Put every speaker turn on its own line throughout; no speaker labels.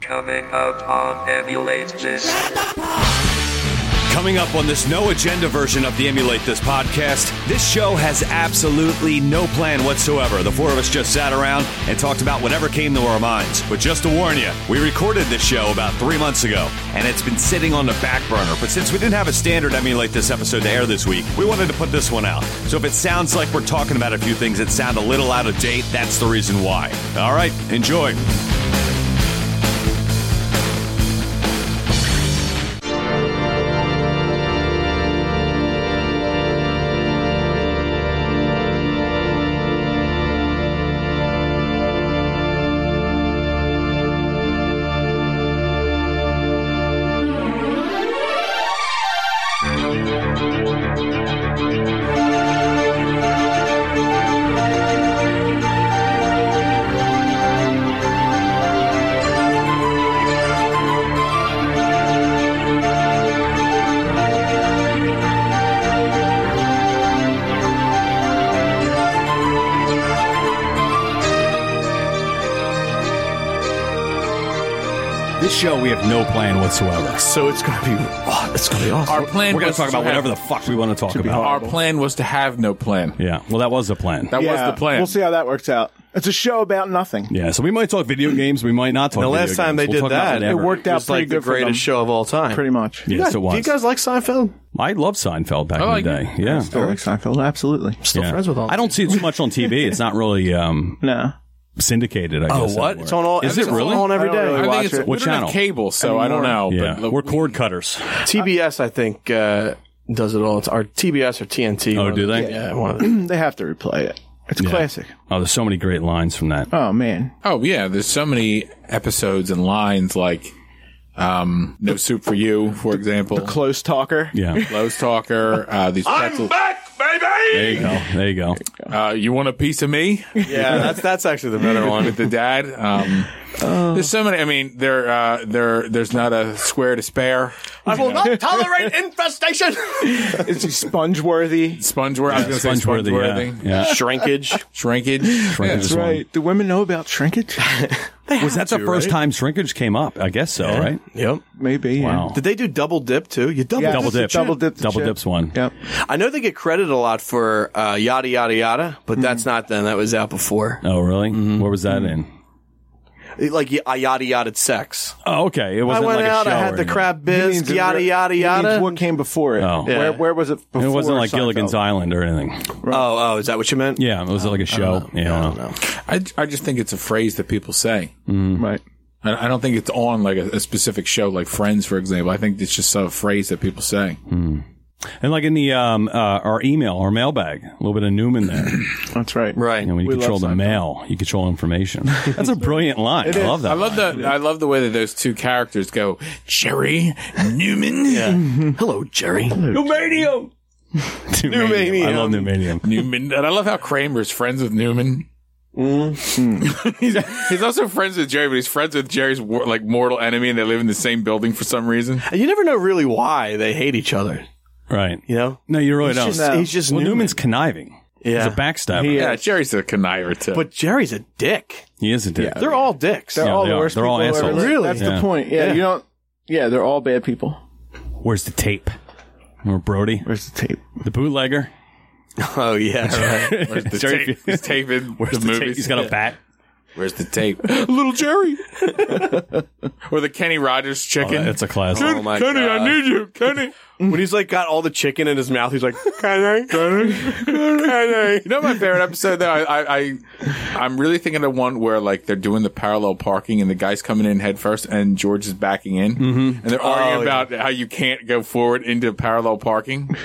Coming up on Emulate This.
Coming up on this no agenda version of the Emulate This podcast, this show has absolutely no plan whatsoever. The four of us just sat around and talked about whatever came to our minds. But just to warn you, we recorded this show about three months ago, and it's been sitting on the back burner. But since we didn't have a standard Emulate This episode to air this week, we wanted to put this one out. So if it sounds like we're talking about a few things that sound a little out of date, that's the reason why. All right, enjoy. This show, we have no plan whatsoever.
So it's gonna be oh, it's gonna be awesome.
Our plan
We're going to talk
was
about
have-
whatever the fuck we want to talk about.
Our plan was to have no plan.
Yeah. Well, that was the plan.
That was the plan.
We'll see how that works out. It's a show about nothing.
yeah. So we might talk video games. We might not talk.
the
video
last time they
games. We'll
did
talk about
that,
It
whatever.
worked out
It's like
pretty
the
good for them.
greatest show of all time.
Pretty much.
Yes,
Do
it was.
you guys like Seinfeld?
I love Seinfeld back
Oh,
I like
in the day.
it.
Yeah.
I like Seinfeld, absolutely.
Still
Yeah.
friends with all.
I don't see it too much on TV. It's not really um,
No.
syndicated. I guess.
Oh, What? It's on all.
Is
it's
it really?
on every
I don't
day?
I
really
think
watch
it's
it.
we
What
don't have
channel?
cable, so I don't know.
Yeah.
But
We're cord cutters.
TBS, I think, uh, does it all. It's our TBS or TNT.
Oh,
one of
do
the-
they?
Yeah, one of the,
They have to replay it. It's classic.
Oh, there's so many great lines from that.
Oh man.
oh yeah, there's so many episodes and lines like um, "No Soup for You," for example.
Close talker.
Yeah.
Close talker. Uh, these pretzel.
There you go. There you go.
Uh, you want a piece of me?
yeah, that's that's actually the better one.
with the dad. Um,
Uh.
There's so many. I mean, there, uh, there, there's not a square to spare.
I will not tolerate infestation.
Is he sponge worthy?
Spongeworthy. I was going to say
Spongeworthy.
Spongeworthy.
Yeah. yeah.
Shrinkage.
Shrinkage. Yeah.
Shrinkage is one.
Do women know about shrinkage?
Was that the first time shrinkage came up? I guess so, right?
Yep.
Maybe. yeah.
Wow.
Did they do double dip too? You double
Yeah.
Double
Just a
dip.
double dip the
Double
chip.
dips one.
Yep.
I know they get credit a lot for uh, yada yada yada, but that's not them. That was out before.
Oh, really?
Mm-hmm.
Where was that in?
It- Like y- I yada yada sex.
Oh, okay. It
I
wasn't
went
like a
out.
show
I
or
had the
anything.
crab
He
bisque.
means-
Yada yada
he means
yada.
What came before it?
Oh.
Where,
Yeah.
where was it before?
It wasn't like
Seinfeld?
Gilligan's Island or anything.
Oh oh, is that what you meant?
Yeah, it was like a show. yeah, I don't know.
I, I just think it's a phrase that people say.
Right.
I I don't think it's on like a, a specific show, like Friends, for example. I think it's just a phrase that people say.
And like in the um, uh, our email, our mailbag, a little bit of Newman there. you
That's right.
Right.
know, when you
We
control
love
the
Seinfeld.
mail, you control information. That's a brilliant line. I love that.
I love the I love the way that those two characters go, Jerry Newman,
Hello, Jerry.
Numanium. Numanium. I love Numanium.
Newman, and I love how Kramer's friends with Newman.
Mm-hmm.
he's, he's also friends with Jerry, but he's friends with Jerry's war, like mortal enemy, and they live in the same building for some reason.
And you never know really why they hate each other.
Right.
You know?
No, you really don't.
He's just,
No.
he's just
well,
Newman.
Newman's conniving.
Yeah.
He's a backstabber.
He
He,
is.
Yeah, Jerry's a conniver too.
But Jerry's a dick.
is a dick.
They're all dicks.
They're
Yeah,
all
they
the
are.
worst
They're all
people ever
assholes.
lived.
Really?
That's
Yeah.
the point. Yeah,
Yeah.
You don't. Yeah. They're all bad people.
Where's the tape? Remember Brody,
Where's the tape?
the bootlegger?
Oh yeah. Right.
where's the
Jerry-
tape? He's taping the,
The tape-
movies.
He's got a bat.
Where's the tape? Little Jerry. or the Kenny Rogers chicken.
That's a classic.
Oh my
Kenny,
God.
I need you, Kenny.
when he's like got all the chicken in his mouth, he's like, Can I?
You know my favorite episode though. I, I, I I'm really thinking of one where like they're doing the parallel parking and the guy's coming in head first and George is backing in and they're arguing
yeah.
about how you can't go forward into parallel parking. Like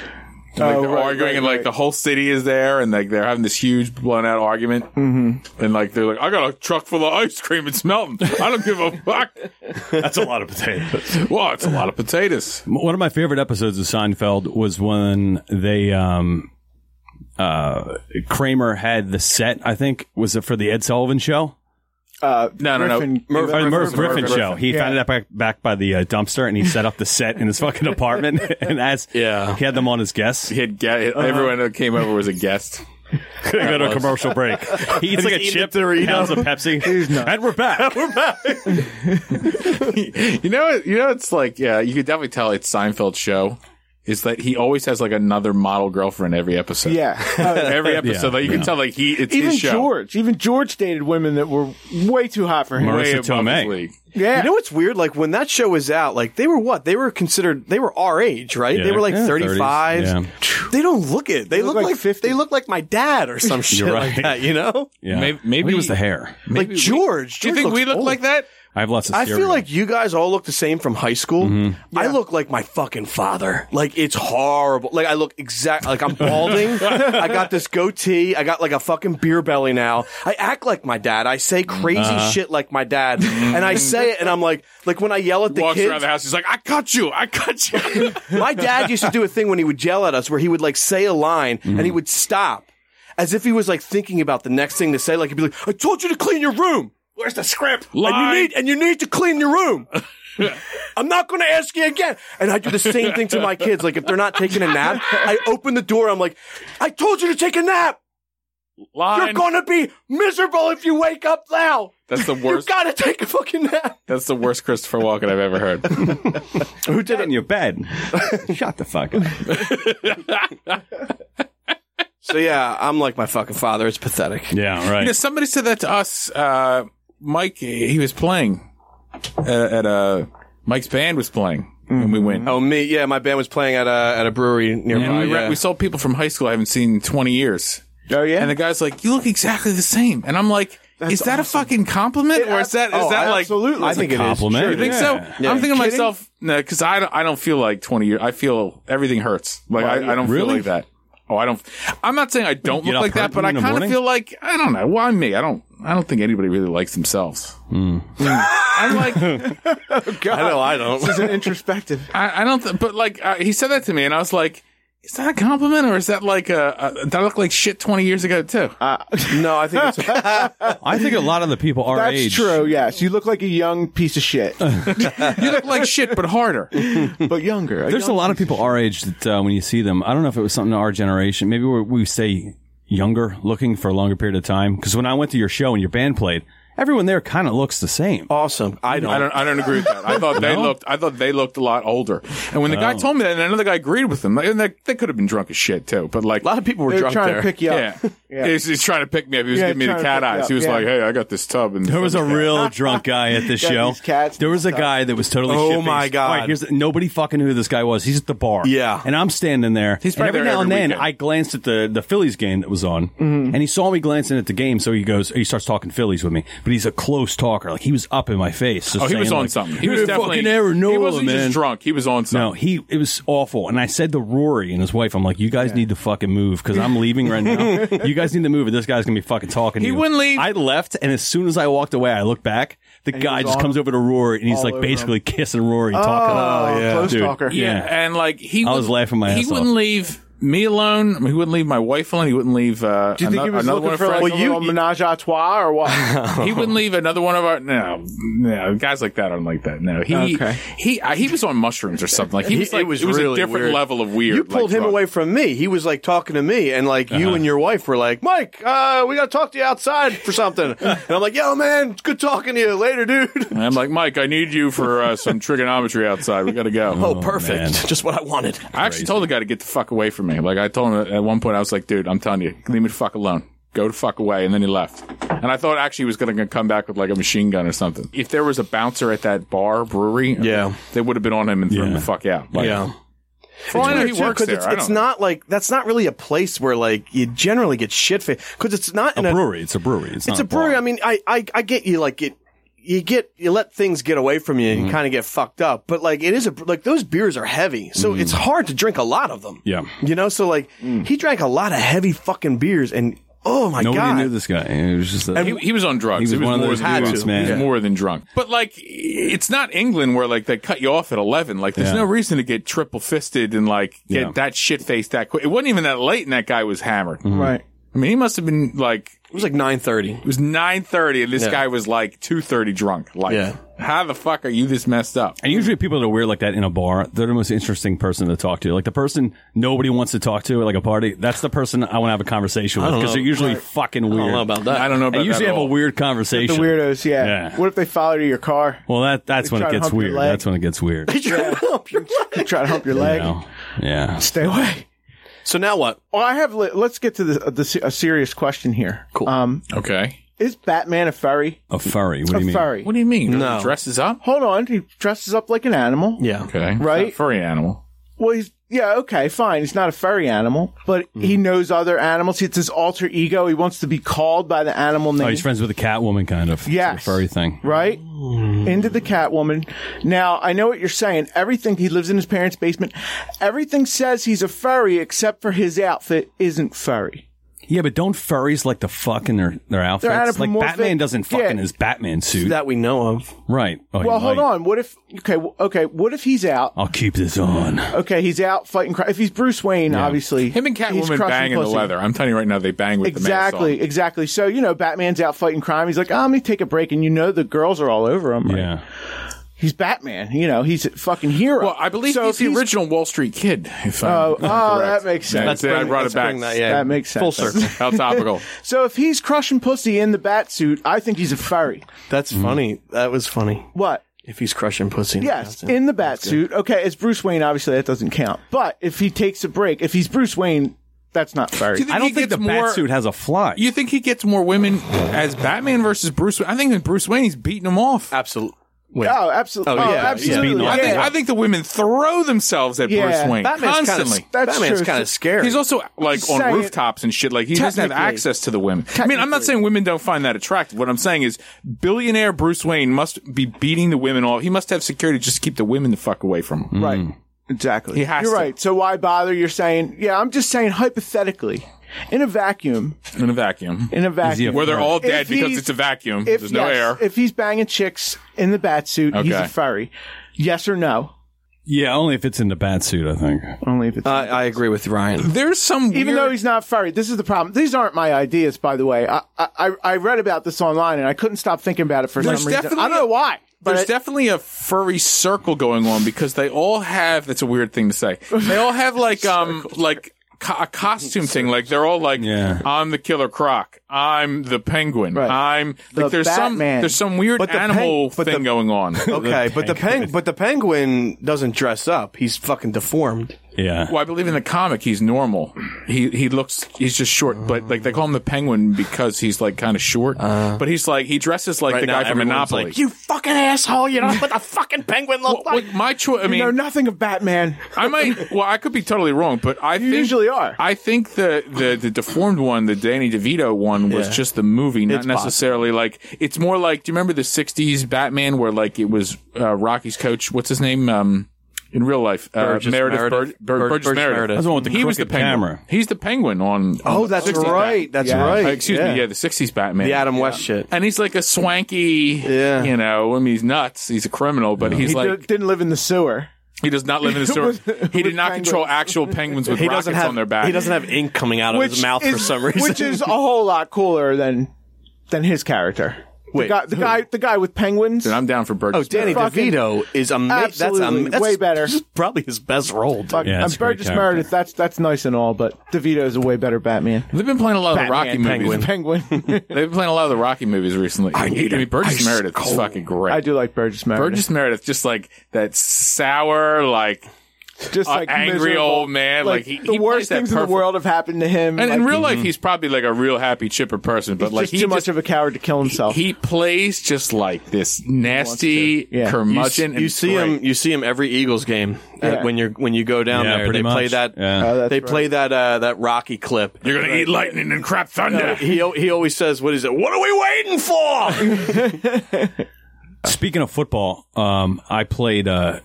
Oh,
they're
right,
arguing
right,
and like
right.
the whole city is there and like they're having this huge blown out argument mm-hmm. and like they're like I got a truck full of ice cream it's melting I don't give a fuck
That's a lot of potatoes.
well it's a lot of potatoes
One of my favorite episodes of Seinfeld was when they um uh Kramer had the set, I think, was it for the Ed Sullivan show?
Uh,
No, no, no.
Griffin-
Murph-
Or the Merv
Griffin-
Griffin,
Griffin.
show. He
Yeah.
found it out back, back by the uh, dumpster and he set up the set in his fucking apartment and as
Yeah.
he had them on his guests.
he had ga- everyone that came over was a guest
Gonna go to a commercial break. He eats like a chip, pounds of Pepsi, and we're back. we're back.
you know, you know, it's like yeah, you could definitely tell it's Seinfeld's show. Is that he always has like another model girlfriend every episode?
Yeah. Uh,
every episode.
Yeah,
like you
yeah.
can tell, like he it's
even
his show.
George, even George dated women that were way too hot for him.
Marissa
Way above
Tomei.
his league.
yeah.
You know what's weird? Like when that show was out, like they were what? They were considered they were our age, right?
Yeah.
They were like
Yeah, 30s,
35.
yeah.
They don't look it. They, look,
like
like
50.
they look like my dad or some shit like
right.
that, you know?
Yeah.
Maybe- maybe-
it was the hair.
like George.
Do you
George
think we
looks
look
old.
like that?
I have lots of.
I feel
stereo.
like you guys all look the same from high school.
Mm-hmm.
I look like my fucking father. Like it's horrible. Like I look exact. Like I'm balding. I got this goatee. I got like a fucking beer belly now. I act like my dad. I say crazy
Uh-huh.
shit like my dad, and I say it, and I'm like, like when I yell at the
Mm-hmm. Walks
kids,
around the house. He's like, I got you. I got you.
my dad used to do a thing when he would yell at us where he would like say a line and he would stop as if he was like thinking about the next thing to say. Like he'd be like, I told you to clean your room. Where's the script? And
Line.
you need and you need to clean your room. I'm not going to ask you again. And I do the same thing to my kids. Like if they're not taking a nap, I open the door. I'm like, I told you to take a nap.
Line.
You're going to be miserable if you wake up now.
That's the
You've
worst.
got to take a fucking nap.
that's the worst Christopher Walken I've ever heard.
who did it in your bed. Shut the fuck up.
So yeah, I'm like my fucking father. It's pathetic.
Yeah,
You know,
right.
somebody said that to us. Uh, Mike, he was playing at, at uh, Mike's band was playing when we went.
Mm-hmm.
Oh me, yeah. My band was playing at a at a brewery nearby.
Oh,
And we, re-
yeah.
we saw people from high school I haven't seen in 20 years.
oh yeah.
And the guy's like, "You look exactly the same." And I'm like, "Is that a fucking compliment, or is that is
oh,
that like
absolutely.
I think it is.
Compliment.
You think so? I'm thinking to myself, no, because I don't, I don't feel like 20 years. I feel everything hurts. Like I, I don't feel
Really?
like that. Oh, I don't. I'm not saying I don't
You're
look
not
like that, but
purple
I
in the
kind of
morning?
feel like I don't know. Well, I'm me. I don't. I don't think anybody really likes themselves.
Hmm.
I'm like,
I know I don't.
This is an introspective.
I, I don't. Th- but like, uh, he said that to me, and I was like, is that a compliment, or is that like a, a that looked like shit 20 years ago too?
Uh,
no, I think it's
I think a lot of the people our
That's
age.
true. Yes, you look like a young piece of shit,
you look like shit, but harder.
but younger.
There's a
young-
lot of people our age that uh, when you see them, I don't know if it was something to our generation. Maybe we're, we stay younger looking for a longer period of time. Because when I went to your show and your band played, everyone there kind of looks the same.
awesome. I don't.
I don't. I don't agree with that. I thought they looked. I thought they looked a lot older. And when the guy told me that, and another guy agreed with him, like, and they, they could have been drunk as shit too. But like,
A lot of people were
They're
drunk
trying
there.
to pick you up.
yeah, He's, he's trying to pick me up. He was
Yeah,
giving me the
trying to
cat
pick you
eyes.
up,
He was
yeah.
like, "Hey, I got this tub." And
There was a real drunk guy at this
Got
show.
these cats
There was a guy that was totally.
Oh
shit-faced.
my God.
All right, here's the- nobody fucking knew who this guy was. He's at the bar.
Yeah.
and I'm standing there.
He's
and every
probably there
now and
every
then,
weekend. Mm-hmm.
I glanced at the the Phillies game that was on, and he saw me glancing at the game. So he goes, he starts talking Phillies with me, but he's a close talker. Like he was up in my face.
Oh, he was on
like,
something. He
"You're
was
a
definitely.
fucking Aaron Nola,
he wasn't
man.
just drunk. He was on
No,
something.
he it was awful, and I said to Rory and his wife, "I'm like, you guys need to fucking move because I'm leaving right now. you guys need to move, or this guy's gonna be fucking talking." to
He
you."
wouldn't leave.
I left, and as soon as I walked away, I looked back. The guy
was
just
all-
comes over to Rory, and he's
all
like
over
basically kissing Rory, and talking.
Oh, close
dude.
talker.
Yeah.
and like he,
I was
wouldn't-
laughing my
He
ass off.
wouldn't leave me alone. I mean, he wouldn't leave my wife alone. He wouldn't leave. Uh,
Do you think
ano-
he was
another
looking
one
for like
friends.
a little menage a trois or what?
he wouldn't leave another one of our no no guys like that aren't like that no he
Okay.
he I, he was on mushrooms or something like he
He-
was like
it was
it was
really
a different
weird.
level of weird
You pulled
like, Uh-huh.
him
drunk.
away from me. He was like talking to me, and like you and your wife were like, "Mike, uh, we got to talk to you outside for something." and I'm like, "Yo, man, it's good talking to you. Later, dude."
And I'm like Mike I need you for uh, some trigonometry outside we gotta go
Oh, perfect.
man.
Just what I wanted.
I actually told the guy to get the fuck away from me like I told him at one point I was like dude I'm telling you leave me the fuck alone go the fuck away and then he left and I thought actually he was gonna come back with like a machine gun or something if there was a bouncer at that bar brewery
Yeah.
they would have been on him and thrown
Yeah.
the fuck out like, for all I know, he works there
Because it's,
I
it's
don't know.
not like that's not really a place where like you generally get shit faced. Because it's not in
A
a
brewery. It's a brewery. It's,
it's
not
a brewery.
bar.
I mean, I, I I get you like it. You get you let things get away from you and you kind of get fucked up. But like it is a like those beers are heavy, so it's hard to drink a lot of them.
Yeah.
you know. So like he drank a lot of heavy fucking beers, and oh my
Nobody
god,
knew this guy. It was just a,
he, he was on drugs.
He was one of
more
those
than
dudes,
drunk.
man.
He
Yeah.
was more than drunk. But like, it's not England where like they cut you off at eleven. Like, there's
Yeah.
no reason to get triple fisted and like get
Yeah. Mm-hmm.
that shit faced that quick. It wasn't even that late, and that guy was hammered.
right.
I mean, he must have been like
It was like nine thirty.
It was nine thirty, and this
Yeah.
guy was like two thirty drunk. Like,
Yeah.
how the fuck are you this messed up?
And usually people that are weird like that in a bar, they're the most interesting person to talk to. Like the person nobody wants to talk to at like a party, that's the person I want to have a conversation with
don't
because
know.
they're usually fucking weird.
I don't know about that.
I don't know.
They
About
usually
that at
have a
all.
weird
The
conversation.
weirdos, yeah.
Yeah.
What if they follow you to your car?
Well, that that's
They
when
try
it
to
gets
hump your
weird.
leg.
That's when it gets weird. you
You try to hump your leg.
know? Yeah.
Stay away.
So now what?
Well, I have. Li- let's get to the, the se- a serious question here. Cool. Um,
Okay,
is Batman a furry?
A furry. What do
a
you mean?
furry.
what do you mean?
No.
He dresses up.
Hold on. He dresses up like an animal.
Yeah.
Okay, He's
Right?
not a furry animal.
Well, he's yeah. Okay, fine. He's not a furry animal, but he
Mm-hmm.
knows other animals. It's his alter ego. He wants to be called by the animal name.
Oh, he's friends with a Catwoman, kind of. Yeah.
Yes.
It's a furry thing.
right?
Mm.
Into the Catwoman. Now, I know what you're saying. Everything, he lives in his parents' basement. Everything says he's a furry, except for his outfit isn't furry.
Yeah, but don't furries like to fuck in their, their outfits? Like
anthropomorphic.
Batman doesn't fuck in
Yeah.
his Batman suit.
That we know of.
right. Uh. Oh, he
Well, hold
might.
on. What if, okay, w- okay, what if he's out?
I'll keep this on.
Okay, he's out fighting crime. If he's Bruce Wayne, obviously.
Him and
he's
Catwoman
crushing
bang in the
pussy.
leather. I'm telling you right now, they bang with
Exactly,
the mask
exactly. So, you know, Batman's out fighting crime. He's like, oh, let me take a break. And you know, the girls are all over him. Like,
Yeah.
He's Batman. You know, he's a fucking hero.
on. Well, I believe
so
he's
if
the original Wall Street Kid. If I'm
Oh, oh,
correct.
that makes
Yeah,
sense.
see, I brought
let's
it back.
bring that, yeah.
That makes sense.
Full circle.
How topical.
So if he's crushing pussy in the bat suit, I think he's a furry.
That's funny. That was funny.
What?
If he's crushing pussy.
Yes, in the bat suit. Okay, as Bruce Wayne, obviously that doesn't count. But if he takes a break, if he's Bruce Wayne, that's not furry.
I
he
don't think the
gets more-
bat suit has a fly.
You think he gets more women as Batman versus Bruce Wayne? I think that Bruce Wayne, he's beating them off.
Absolutely.
Oh, absolutely.
Oh,
Oh,
yeah, yeah.
absolutely.
Beating
Yeah.
off.
I think, I think the women throw themselves at
Yeah,
Bruce Wayne
Batman's kind
constantly.
of
That's
Batman's
true.
kind of scary.
He's also like
Just
on
saying-
rooftops and shit. Like he doesn't have
Technically.
access to the women. I mean, I'm not saying women don't find that attractive. What I'm saying is, billionaire Bruce Wayne must be beating the women off. He must have security just to keep the women the fuck away from him.
Right. Exactly.
Mm. He has
You're
to.
right. So why bother? You're saying, yeah, I'm just saying hypothetically, in a vacuum,
in a vacuum,
in a vacuum,
where they're all
If
dead because
he's-
it's a vacuum.
if,
There's no
yes,
air.
If he's banging chicks in the bat suit, he's
Okay.
a furry. Yes or no?
yeah, only if it's in the bat suit, I think.
Only if it's
Uh,
I, I agree with Ryan.
There's some
even
weird-
though he's not furry. This is the problem. These aren't my ideas, by the way. I I, I read about this online and I couldn't stop thinking about it for
There's
some reason.
definitely
I don't know why. But
There's
I-
definitely a furry circle going on because they all have. That's a weird thing to say. They all have like um like co- a costume thing. Like they're all like,
Yeah.
I'm the Killer Croc. I'm the Penguin.
Right.
I'm
The
like there's some
Batman.
there's some weird
But the
animal
peng- but
thing
the-
going on.
Okay, but the peng-
penguin.
but the penguin doesn't dress up. He's fucking deformed.
Yeah.
Well, I believe in the comic he's normal. He he looks he's just short, but like they call him the Penguin because he's like kind of short. but he's like he dresses like the guy from
everyone's
Monopoly.
like, you fucking
Oh,
asshole! You know what the fucking penguin look like?
Like, my choice. I mean,
you know nothing of Batman.
I might. Well, I could be totally wrong, but I think,
usually are.
I think the, the the deformed one, the Danny DeVito one, was
Yeah.
just the movie, not
It's possible.
necessarily like. It's more like. Do you remember the '60s Batman, where like it was uh, Rocky's coach? What's his name? Um, in real life, uh,
Burgess
Meredith,
Meredith.
Bur- Bur-
Bur-
Burgess
Burgess
Meredith.
Meredith. That's
the one with the
he was the
crooked
penguin.
camera.
He's the penguin on.
Oh,
on the
that's
60s Bat-
right. That's
Yeah.
right.
Uh, excuse
yeah.
me. Yeah, the '60s Batman.
The Adam West shit.
And he's like a swanky,
Yeah.
you know. I mean, he's nuts. He's a criminal, but he's
He
like
d- didn't live in the sewer.
he does not live in the sewer.
With-
he did
with
not control
penguins.
actual penguins with
He
rockets
doesn't have
on their back.
he doesn't have ink coming out of his mouth for
is-
some reason.
Which is a whole lot cooler than than his character.
Wait,
the guy, the
who?
guy, the guy with penguins.
Dude, I'm down for
Oh,
Burgess.
Danny
Meredith.
Fucking-
DeVito is amazing. That's, am-
Absolutely.
that's
Way better.
this is probably his best role. dude.
Fuck,
Yeah,
I'm
that's a great
Burgess
character.
Meredith. That's that's nice and all, but DeVito's a way better Batman.
They've been playing a lot of the
Batman,
Rocky movies.
Penguin. Penguin.
They've been playing a lot of the Rocky movies recently. I
need
mean,
an
Burgess
ice
Meredith is
cold.
fucking great.
I do like Burgess Meredith.
Burgess Meredith, just like that sour, like,
just
uh,
like
angry
miserable.
old man, like, he-
the
he plays
worst
that
things in
perfect.
the world have happened to him.
and
like, mm-hmm.
in real life, he's probably like a real happy, chipper person, but
he's
like
just
he
too much
just,
of a coward to kill himself.
he plays just like this nasty
Yeah. You
curmudgeon.
You see him. You see him every Eagles game uh,
Yeah.
when you're when you go down
Yeah,
there.
pretty
they play
much.
that.
Yeah.
Oh, that's
they
right.
play that uh, that Rocky clip.
You're gonna eat lightning and crap thunder.
He al- he always says, "What is it? What are we waiting for?"
Speaking of football, um, I played uh,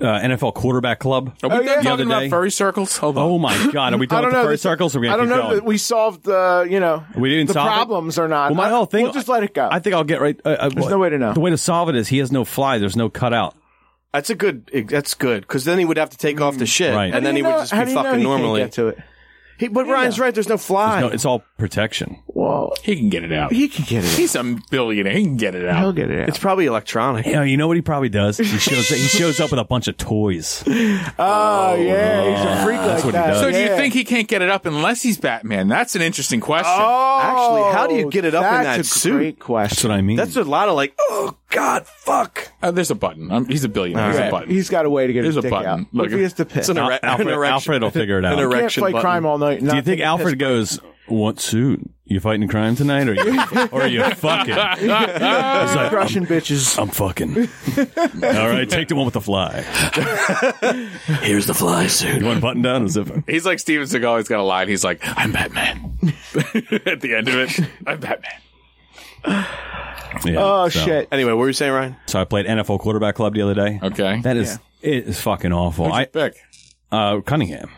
uh, NFL quarterback club.
Are we
Oh,
done
yeah. The
talking
other
about
day-
furry circles? Hold on.
Oh my god, are we
I
done
don't
with
know.
the furry
this-
circles? Or are we
I
gonna
don't
keep
know
going?
that we solved the you know
We didn't
the
solve it?
problems or not.
Well, my
I-
whole thing.
We'll just let it go.
I think I'll get right. Uh, uh,
no way to know.
The way to solve it is he has no fly. There's no cutout.
that's a good. eh, That's good because then he would have to take off the shit,
Mm, Right.
and then he would just be
how do you know
fucking
he can't
normally.
Get to it.
He- but Ryan's right. There's no fly.
No, it's all protection.
Well,
He can get it out.
he can get it.
He's a billionaire. He can get it
He'll
out.
get it. Out.
It's probably electronic.
You know, you know what he probably does? He shows he shows up with a bunch of toys.
oh yeah, he's a freak like
what he
that.
does.
So do you
Yeah.
think he can't get it up unless he's Batman? That's an interesting question.
Actually, how do you
Oh,
get it up in
that's
that
a
suit?
Great
That's
question.
what I mean.
That's a lot of like, oh god, fuck.
Uh, there's a button. Um he's a billionaire. There's a
Yeah,
button.
He's got a way to get
There's
his
a
dick
button.
out.
Look,
if he has to piss.
It's an,
Al-
ere-
Alfred-
an erection.
Alfred will figure it out.
An
You can't
can't
erection
play
button.
crime all night.
Do you think Alfred goes, "What suit? You fighting crime tonight, or you, or you fucking?" He's like, I'm,
Russian bitches?
I'm fucking." All right, take the one with the fly.
Here's the fly suit.
You want button down or zipper?
He's like Steven Seagal. He's got a line. He's like, I'm Batman. At the end of it, I'm Batman.
Yeah,
Oh
so-
shit!
Anyway, what were you saying, Ryan?
So I played NFL quarterback club the other day.
Okay.
That is it is fucking awful. I
Pick.
uh, Cunningham.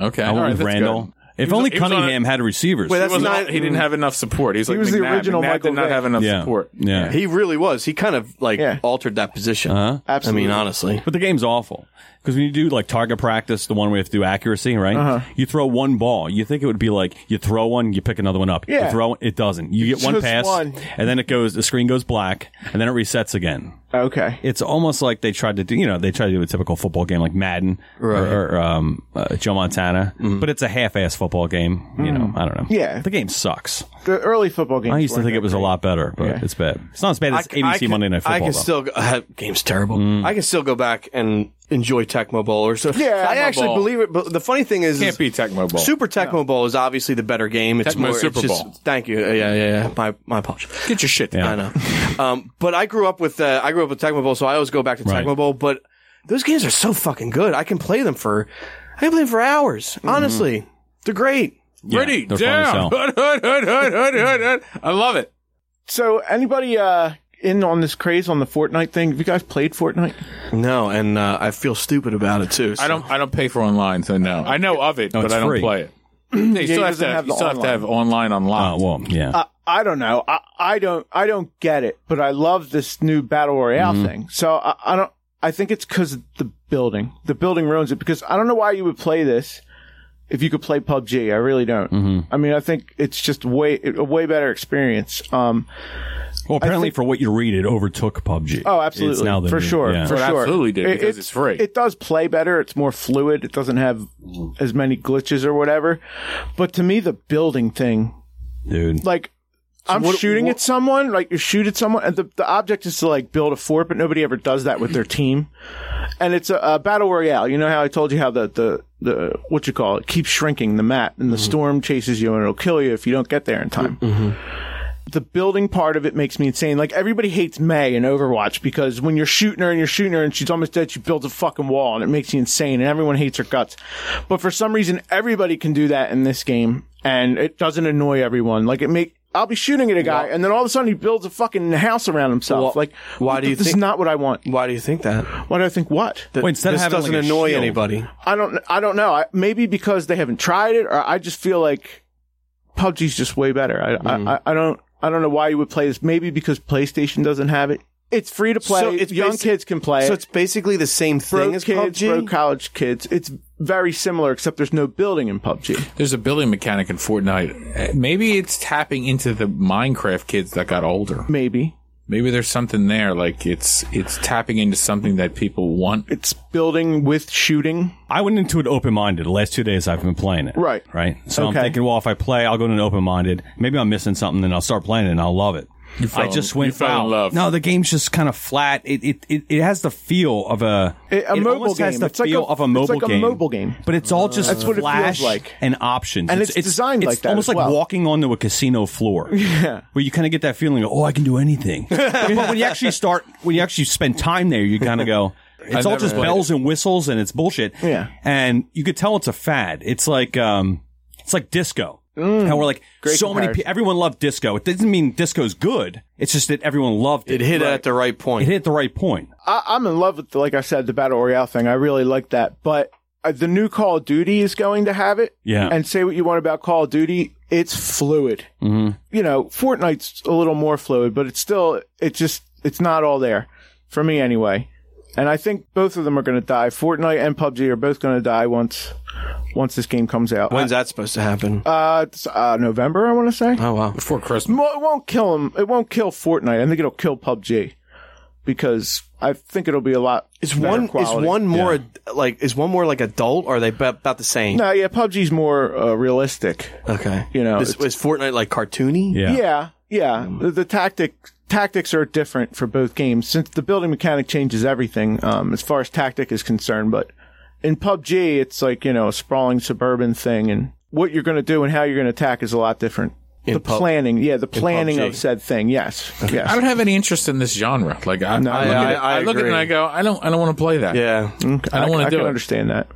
Okay.
I
All
went
right,
with
that's
Randall.
good.
If
He was-
only
he was on a-
Cunningham had receivers.
Wait,
He,
that's
wasn't-
not-
he didn't have enough support. He's like
was the
McNabb.
original
McNabb
Michael
did not
Vick.
have enough
yeah,
support.
yeah.
He really was. He kind of like
Yeah.
altered that position.
Uh-huh.
Absolutely.
I mean, honestly.
But the game's awful because when you do like target practice, the one we have to do accuracy, right?
Uh-huh.
You throw one ball. You think it would be like you throw one, you pick another one up.
Yeah.
You throw one, it doesn't. You get one
Just
pass,
one.
and then it goes. The screen goes black, and then it resets again.
Okay.
It's almost like they tried to do. You know, they tried to do a typical football game like Madden or, or, um, uh, Joe Montana, but it's a half-ass football game. You know, I don't know.
Mm. Yeah.
the game sucks.
The early football games.
I used to
weren't
think it was a lot better, but
Yeah.
it's bad. It's not as bad as
c-
ABC
can-
Monday Night Football.
I can
though. Mm.
still go, uh, game's terrible. I can still go back and enjoy Tecmo Bowl or so.
Yeah,
I
Tecmo
actually
Bowl.
believe it. But the funny thing is,
Can't be Tecmo Bowl.
Super Tecmo Bowl is obviously the better game. It's
Tecmo
more
Super
it's just-
Bowl.
Thank you. Uh, Yeah, yeah, yeah. My my apologies.
Get your shit down.
I know. um, but I grew up with uh, I grew up with Tecmo Bowl, so I always go back to
Right.
Tecmo Bowl. But those games are so fucking good. I can play them for I can play them for hours. Honestly, they're great.
Yeah,
Ready,
they're fun as
down.
hell.
Hood, hood, hood, hood, hood, hood, hood. I love it.
So anybody uh, in on this craze on the Fortnite thing? Have you guys played Fortnite?
No, and uh, I feel stupid about it too. so-
I don't. I don't pay for online, so no. I know of it, but
it's
I don't
free.
play it. You still, have
doesn't
to,
have
you
the
still have to have online online.
Uh, well, yeah.
I, I don't know. I, I don't. I don't get it. But I love this new battle royale
Mm-hmm.
thing. So I, I don't. I think it's because the building. The building ruins it. Because I don't know why you would play this if you could play PUBG. I really don't.
Mm-hmm.
I mean, I think it's just way a way better experience. Um.
Well, apparently, for what you read, it overtook PUBG.
Oh,
It's
absolutely.
now the
for
new-
sure.
yeah.
For
Well, it
sure.
absolutely did, because
it's-
it's free.
It does play better. It's more fluid. It doesn't have
Mm-hmm.
as many glitches or whatever. But to me, the building thing,
dude.
like, I'm
what-
shooting
what-
at someone, like you shoot at someone, and the, the object is to like build a fort, but nobody ever does that with their team. And it's a, a battle royale. You know how I told you how the, the, the what you call it keeps shrinking the map, and
Mm-hmm.
the storm chases you, and it'll kill you if you don't get there in time the building part of it makes me insane. Like everybody hates May in Overwatch because when you're shooting her and you're shooting her and she's almost dead, she builds a fucking wall and it makes you insane and everyone hates her guts. But for some reason, everybody can do that in this game and it doesn't annoy everyone. Like it make I'll be shooting at a guy and then all of a sudden he builds a fucking house around himself.
Well,
like
why
what
do
the-
you
this is
think-
not what I want?
Why do you think that?
Why do I think what?
That
Well, instead of
this
having,
doesn't
like, a
annoy
shield.
anybody.
I don't I don't know. I, maybe because they haven't tried it, or I just feel like PUBG's just way better. I
Mm.
I I, I don't I don't know why you would play this. Maybe because PlayStation doesn't have it. It's free to play.
So it's
Young
basi-
kids can play.
So
it.
it's basically the same
broke
thing as
kids,
PUBG.
broke college kids. It's very similar, except there's no building in PUBG.
There's a building mechanic in Fortnite. Uh, Maybe it's tapping into the Minecraft kids that got older.
Maybe
Maybe there's something there. Like it's it's tapping into something that people want.
it's building with shooting.
I went into it open minded. The last two days I've been playing it.
Right.
Right. So
Okay.
I'm thinking, well, if I play, I'll go in an open minded. Maybe I'm missing something, then I'll start playing it and I'll love it. I
in-
just went
you fell in
wow.
love.
No, the game's just kind of flat. It it, it, it has the feel of a
It- a mobile
almost Has
game.
the
It's like
feel
a-
of a
it's
mobile
like a
game.
mobile game.
But it's all just
That's what it feels
flash
like.
and options.
And it's designed
it's
like that
Almost
as
like
well.
walking onto a casino floor. Yeah. Where you kind of get that feeling of oh, I can do anything. but when you actually start, when you actually spend time there, you kind of go. It's all
never
just
played it.
bells bells and whistles and it's bullshit.
Yeah.
And you could tell it's a fad. It's like um it's like disco. and we're like so many
comparison.
people everyone loved disco. It doesn't mean disco's good. It's just that everyone loved
It
it.
hit it at the right
It
point.
hit the right point.
I, I'm in love with, like I said, the battle royale thing. I really like that. But uh, the new Call of Duty is going to have it.
Yeah.
And say what you want about Call of Duty, it's fluid. Mm-hmm. You know, Fortnite's a little more fluid, but it's still, it just, it's not all there for me anyway. And I think both of them are going to die. Fortnite and PUBG are both going to die once once this game comes out.
When's that supposed to happen?
Uh, it's, uh, November, I want to say.
oh wow.
Before Christmas.
Well, it won't kill him. It won't kill Fortnite. I think it'll kill PUBG because I think it'll be a lot.
Is
better
one
quality.
is one more like is one more like adult or are they ba- about the same?
No, yeah, PUBG's more uh, realistic.
Okay.
You know,
is,
it's-
is Fortnite like cartoony?
Yeah.
Yeah, yeah. The, the tactic tactics are different for both games since the building mechanic changes everything um, as far as tactic is concerned. But in PUBG, it's like you know a sprawling suburban thing, and what you're going to do and how you're going to attack is a lot different. the
Pub-
planning, yeah, the planning
PUBG.
of said thing. Yes,
I
yes.
don't have any interest in this genre. Like I, I, look,
I-
at it,
I
I look at it
agree.
and I go, I don't, I don't want to play that.
Yeah.
Hmm.
I don't want to
can
do it.
understand that.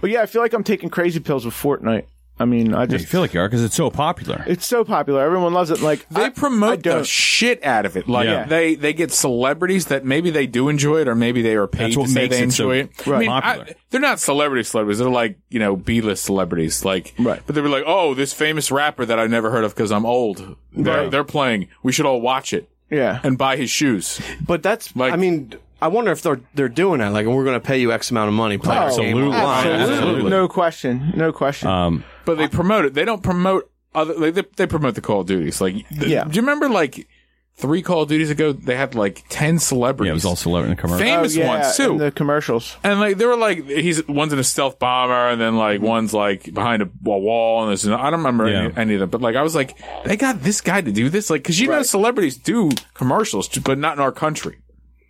But yeah, I feel like I'm taking crazy pills with Fortnite. I mean, I
I
just
feel like you are because it's so popular.
it's so popular. Everyone loves it. Like
They
I- I
promote the
don't-
shit out of it. Like
Yeah.
they they get celebrities that maybe they do enjoy it, or maybe they are paid
That's what
to say
makes
they
it so
enjoy it. I mean,
popular.
I- they're not celebrity celebrities. They're like you know B list celebrities. Like
Right.
But they were like, oh, this famous rapper that I never heard of because I'm old. They're,
Right.
they're playing. We should all watch it
yeah.
and buy his shoes.
But that's
Like-
I mean I wonder if they're they're doing that like we're going to pay you X amount of money play our game
absolutely.
online.
Absolutely.
Absolutely.
no question, no question.
Uh,
Um,
But they promote it. They don't promote other. Like, they, they promote the Call of Duties. Like, th-
Yeah.
Do you remember like three Call of Duties ago? They had like ten celebrities.
yeah, it was all celebrity in the commercial.
famous
Oh, yeah,
ones too.
in the commercials.
And like they were like he's one's in a stealth bomber, and then
Mm-hmm.
like one's like behind a, a wall, and there's I don't remember
Yeah.
any, any of them. But like I was like, they got this guy to do this, like because you know celebrities do commercials, but not in our country.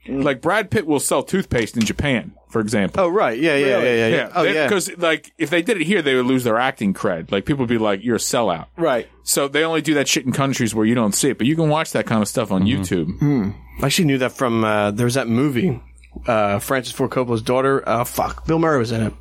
Mm.
Like Brad Pitt will sell toothpaste in Japan, for example.
Oh right. Yeah, yeah, yeah, yeah, yeah. Oh yeah.
Because like if they did it here, they would lose their acting cred. Like people would be like, "You're a sellout."
Right.
So they only do that shit in countries where you don't see it, but you can watch that kind of stuff on
Mm-hmm.
YouTube.
I actually knew that from uh, there was that movie, uh, Francis Ford Coppola's daughter. Uh, fuck, Bill Murray was in it.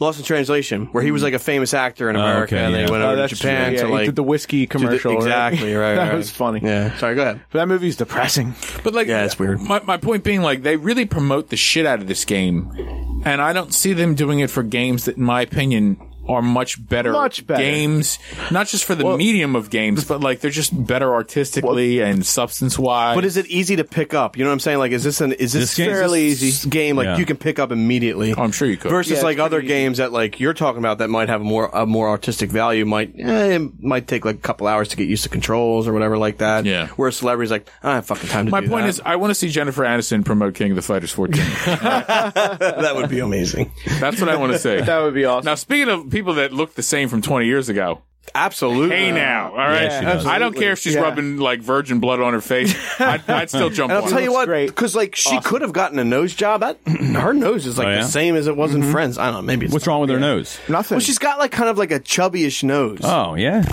Lost in Translation, where he was like a famous actor in America,
okay,
and then
yeah.
he went
Oh,
over to
that's
Japan
true. Yeah,
to
he
like
did the
do
whiskey
the-
commercial. right?
exactly right.
that
right.
was funny.
Yeah, sorry, go ahead.
But that movie's depressing.
But like,
Yeah, it's weird.
My, my point being, like, they really promote the shit out of this game, and I don't see them doing it for games that, in my opinion, are much better,
Much better.
games. Not just for the medium of games, but like they're just better artistically and substance wise.
But is it easy to pick up? You know what I'm saying? Like, is this an is this,
This game-
fairly
this-
easy game? Like,
yeah.
you can pick up immediately.
Oh, I'm sure you could.
Versus
Yeah, it's
like other
pretty
games that like you're talking about that might have a more a more artistic value might eh, it might take like a couple hours to get used to controls or whatever like that.
Yeah.
Where celebrities like I don't have fucking time to.
my
do
point
that.
is, I want to see Jennifer Aniston promote King of the Fighters 14.
that would be amazing.
That's what I want to see.
That would be awesome.
now, speaking of people that look the same from 20 years ago,
Absolutely.
hey now, all right?
she does.
I don't care if she's
Yeah.
rubbing like virgin blood on her face. I'd, I'd still jump
And
on
I'll tell
it.
you what,
great.
because like she could have gotten a nose job. That her nose is like
Oh, yeah?
the same as it was in Friends. I don't know. Maybe it's
What's wrong with her nose?
Nothing.
Well, she's got like kind of like a chubbyish nose.
Oh yeah,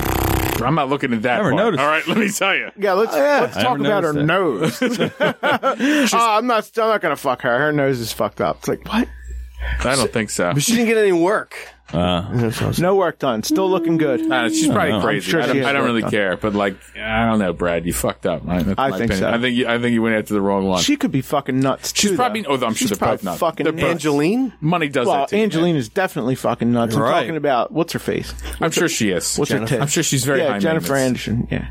I'm not looking at that.
Never
part.
noticed.
All right, let me tell you.
yeah, let's,
Oh,
let's
I
talk
never
about her nose. Ah, I'm not. I'm not gonna fuck her. Her nose is fucked up. It's like what?
I don't think so.
But she didn't get any work.
Uh.
No work done. Still looking good.
Uh, she's probably crazy.
sure
I
she
don't,
is
I don't really
worked
care, but like, I don't know, Brad. You fucked up. Right? That's
I
my
think
opinion.
so.
I think you, I think you went after the wrong one.
She could be fucking nuts.
She's
too,
probably-
though.
oh, I'm sure
She's
they're
probably
both nuts.
Fucking
They're both-
nuts.
Angeline.
Money does
Well,
that. to you, man.
Angelina's definitely fucking nuts. I'm
Right.
talking about what's her face?
I'm sure she is.
What's her tits?
I'm sure she's very
yeah,
high
Jennifer
maintenance.
Anderson. Yeah,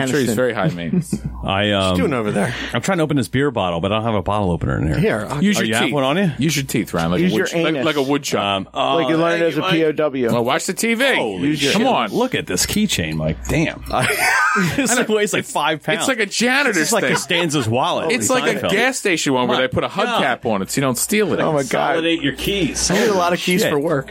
I'm sure she's very high maintenance.
I um,
Doing over there.
I'm trying to open this beer bottle, but I don't have a bottle opener in here.
Here. I'll-
Use
Oh,
your
you
teeth.
have one on you?
Use your teeth, Ryan. Like
Use
a wood,
your anus.
Like, like a wood chop.
Um, oh,
like you learned as a
thank you,
POW.
well, watch the TV.
Holy
Come on.
look at this keychain, Mike. Damn, this thing weighs like five pounds.
It's like a janitor's
It's like
thing.
Costanza's wallet.
it's like a
Seinfeld.
gas station one where
My
they put a hubcap on it so you don't steal it.
oh my god.
Validate your keys.
I need a lot of keys
Shit.
for work.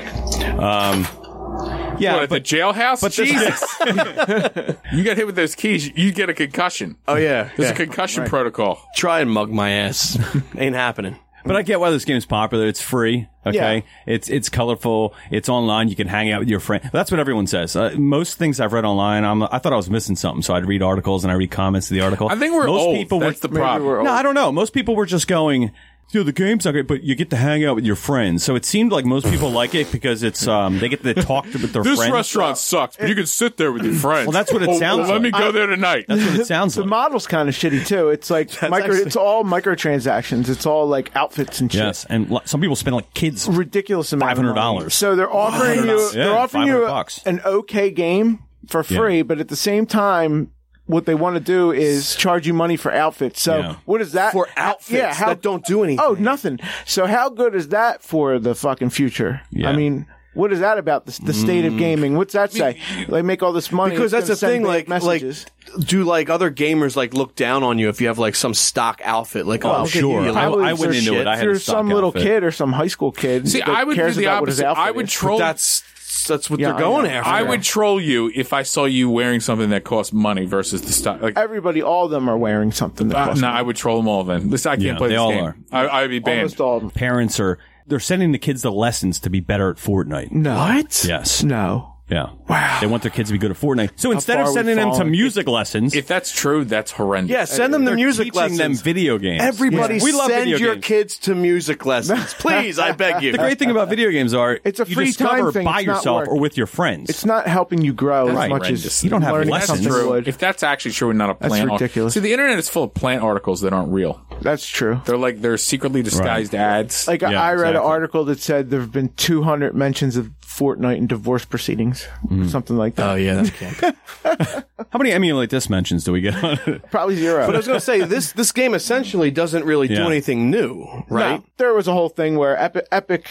Yeah,
What, at
but
the jailhouse?
but this-
Jesus. you get hit with those keys, you get a concussion.
Oh yeah.
There's
yeah.
a concussion protocol.
Try and mug my ass. Ain't happening.
But I get why this game's popular. It's free. Okay, it's it's colorful. It's online. You can hang out with your friend. That's what everyone says. Uh, most things I've read online, I'm, I thought I was missing something, so I'd read articles and I read comments to the article.
I think we're
most
old.
people
That's
were,
the problem.
we're
No, I don't know. Most people were just going. Dude, the game's not great, but you get to hang out with your friends. So it seemed like most people like it because it's um they get to talk to with their
This
friends.
restaurant sucks, but you can sit there with your friends.
Well, that's what it
Oh,
sounds
well, Let me
like.
go there tonight.
That's what it sounds
The
like.
model's kind of shitty too. It's like micro.
actually-
It's all microtransactions. It's all like outfits and shit.
Yes, and lo- some people spend like kids.
Ridiculous amount. of money.
$500.
So they're offering you.
Yeah,
they're offering you
$500.
an okay game for free, but at the same time, what they want to do is charge you money for outfits. So
Yeah.
what is that
For outfits
Yeah, how,
that don't do anything.
Oh, nothing. So how good is that for the fucking future?
Yeah. Mm.
I mean, what is that about the, the state of gaming? What's that say? They make all this money
because
it's
that's the
gonna send
thing.
bad
Like,
messages.
like, do like other gamers like look down on you if you have like some stock outfit? Like, oh, look at
sure.
you,
I-
you look-
Probably
I
if
went
there's
into it.
shit.
I
If
had a
you're
stock
some little
outfit.
kid or some high school kid.
See,
that
I would do
cares
the
about what his
opposite. I
outfit
would
is.
troll.
that's that's what
Yeah,
they're going
I know.
after.
I would troll you if I saw you wearing something that cost money versus the stock. Like,
Everybody, all of them are wearing something. That
uh,
costs
no,
money.
I would troll them all. Then listen, I can't
Yeah,
play
they
this
all
game.
are.
I, I would be banned.
almost all of them.
Parents are they're sending the kids the lessons to be better at Fortnite.
No. What?
Yes.
No.
Yeah. Wow. They want their kids to be good at Fortnite. So instead of
far we've
sending them to
fallen.
music lessons,
If that's true, that's horrendous.
yeah, send them the
they're
music
teaching
lessons.
them video games.
Everybody,
We love
send
video
your
games.
kids to music lessons, please. I beg you.
The great thing about video games are
It's a
you
free
discover
time thing.
by
It's not
yourself
work.
or with your friends.
It's not helping you grow as
Right.
much
Horrendous.
as
You don't have
learning
lessons.
something
True.
would.
If that's actually true and not a
That's
plant, art-
ridiculous.
See, the internet is full of plant articles that aren't real.
That's true.
They're like they're secretly disguised ads.
Like I-
Yeah,
I read an
exactly.
article that said there have been 200 mentions of Fortnite in divorce proceedings,
Mm.
something like that.
Oh yeah, that's camp. but
How many emulate this mentions do we get on it?
Probably zero.
I was going to say this this game essentially doesn't really do
Yeah.
anything new, right?
No, there was a whole thing where Epic, Epic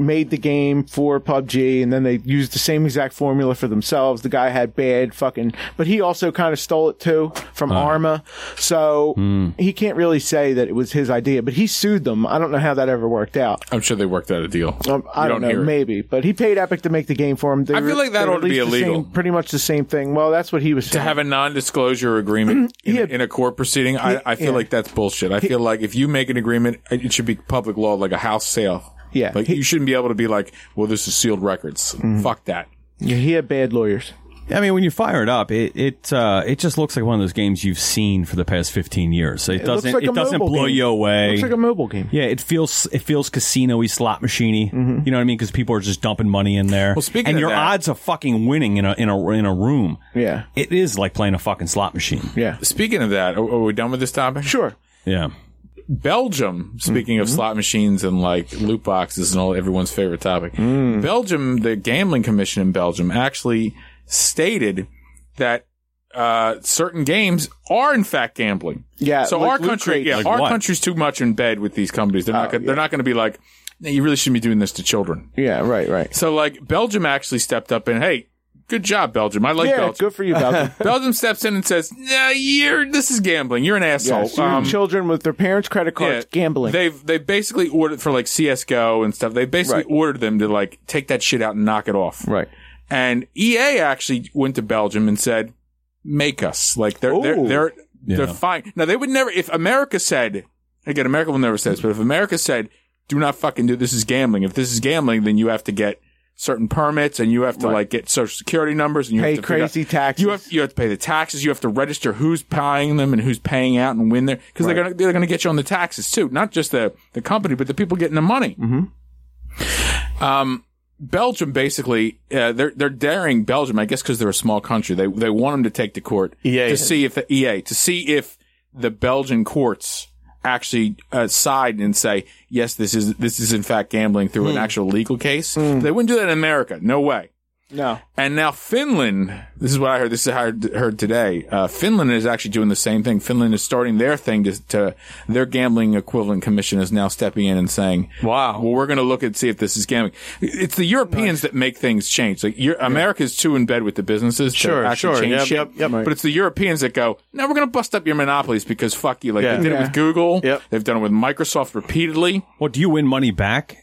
made the game for PUBG, and then they used the same exact formula for themselves. The guy had bad fucking, but he also kind of stole it too from Arma, so
Hmm.
he can't really say that it was his idea. But he sued them. I don't know how that ever worked out.
I'm sure they worked out a deal.
Oh,
Um, I
You
don't,
don't hear
know,
it.
maybe, but he paid Epic to make the game for him. They
I feel
re-
like that
they
ought to be
released the same-
illegal.
pretty much the same thing. Well, that's what he was
to
saying.
have a non-disclosure agreement in,
Yeah.
in a court proceeding, I, I feel
yeah.
like that's bullshit. I feel like if you make an agreement, it it should be public law, like a house sale.
Yeah.
like
He- Mm-hmm.
you shouldn't be able to be like, well, this is sealed records. Fuck that.
yeah, he had bad lawyers.
I mean, when you fire it up, it it uh, it just looks like one of those games you've seen for the past fifteen years. It,
looks
doesn't
like
it
a
doesn't
mobile
blow
game.
you away.
Looks like a mobile game.
yeah, it feels it feels casino-y, slot machiney. You know what I mean? Because people are just dumping money in there. Well,
speaking
and
of
your
that-
odds of fucking winning in a in a in a room,
Yeah.
it is like playing a fucking slot machine.
Yeah.
Speaking of that, are, are we done with this topic?
Sure. Mm-hmm.
Yeah,
Belgium. Speaking of slot machines and like loot boxes and all everyone's favorite topic,
Mm.
Belgium. The gambling commission in Belgium actually stated that uh, certain games are in fact gambling.
Yeah,
So
like
our
loot
country,
crates.
yeah,
Like
our
what?
country's too much in bed with these companies. They're
Oh,
not. Gonna, They're not going to be like, "Hey, you really shouldn't be doing this to children.
Yeah. Right. Right.
So like Belgium actually stepped up and hey, good job Belgium. I like
yeah.
Belgium.
Good for you, Belgium.
Belgium steps in and says, nah, you're this is gambling. You're an asshole.
Yes, your
Um,
children with their parents' credit cards gambling.
They've they basically ordered for like CS:GO and stuff. They basically
Right.
ordered them to like take that shit out and knock it off.
right.
And EA actually went to Belgium and said, "Make us like they're they're
Ooh.
they're, they're
Yeah.
fine." Now they would never if America said again America will never say this, but if America said, "Do not fucking do this is gambling. If this is gambling, then you have to get." Certain permits, and you have to like get social security numbers, and you
Pay
have to figure
crazy
out-
taxes.
You have you have to pay the taxes. You have to register who's paying them and who's paying out and when they're because they're gonna they're gonna get you on the taxes too, not just the the company, but the people getting the money. Mm-hmm. Um, Belgium basically uh, they're they're daring Belgium, I guess, because they're a small country. They they want them to take to court
EA.
to see if the EA to see if the Belgian courts actually uh, side and say yes, this is this is in fact gambling through an actual legal case. They wouldn't do that in America. No way.
No.
And now Finland, this is what I heard. This is how I heard today. Uh, Finland is actually doing the same thing. Finland is starting their thing to, to their gambling equivalent commission is now stepping in and saying,
Wow.
well, we're going to look and see if this is gambling." It's the Europeans that make things change. Like your, America's too in bed with the businesses
Sure,
to actually
sure.
change
Yep,
shit.
yep, yep.
But it's the Europeans that go, "No, we're going to bust up your monopolies because fuck you." Like
Yeah.
they did it
Yeah.
with Google.
Yep.
They've done it with Microsoft repeatedly.
Well, do you win money back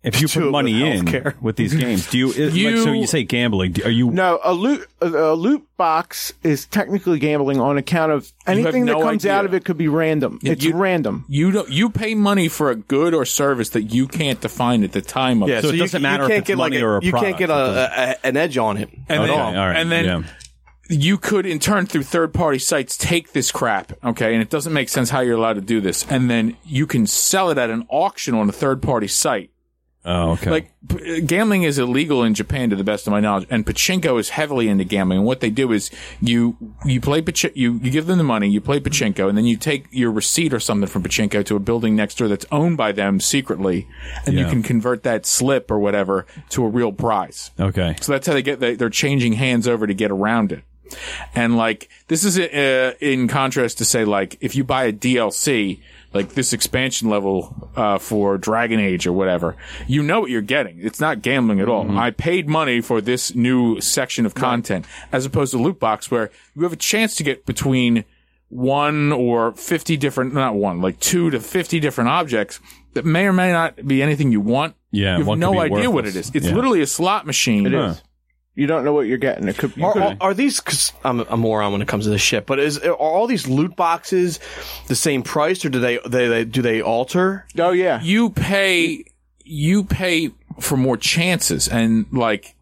if you
it
put
with
money in
healthcare.
with these games? Do you, it-
You-
like, so you say gambling? do- Are you
No, a loot a a loot box is technically gambling on account of anything
no
that comes
idea.
out of it could be random. it's
you-
random.
You don't. You pay money for a good or service that you can't define at the time of.
Yeah,
So it doesn't matter if
can't
it's
get
money
like
or a
you can't
product,
get
it
a, a, an edge on it
And
at
then-
all.
all right. And then- you could in turn through third party sites take this crap okay and it doesn't make sense how you're allowed to do this and then you can sell it at an auction on a third party site
oh, okay.
like p- gambling is illegal in Japan to the best of my knowledge and pachinko is heavily into gambling and what they do is you you play pachinko you, you give them the money you play pachinko and then you take your receipt or something from pachinko to a building next door that's owned by them secretly and you
Yeah.
can convert that slip or whatever to a real prize
okay.
so that's how they get they, they're changing hands over to get around it And like this is uh, in contrast to say like if you buy a DLC like this expansion level uh, for Dragon Age or whatever, you know what you're getting. It's not gambling at all.
Mm-hmm.
I paid money for this new section of content as opposed to loot box where you have a chance to get between one or 50 different not one like two to 50 different objects that may or may not be anything you want.
Yeah,
you have
one could
no
be
idea what it
worthless.
is. It's
Yeah.
literally a slot machine.
It is. You don't know what you're getting. It could. You
Are,
could
are, are these? Because I'm a moron when it comes to this shit. But is are all these loot boxes the same price, or do they they, they do they alter?
oh yeah.
you pay you pay for more chances and like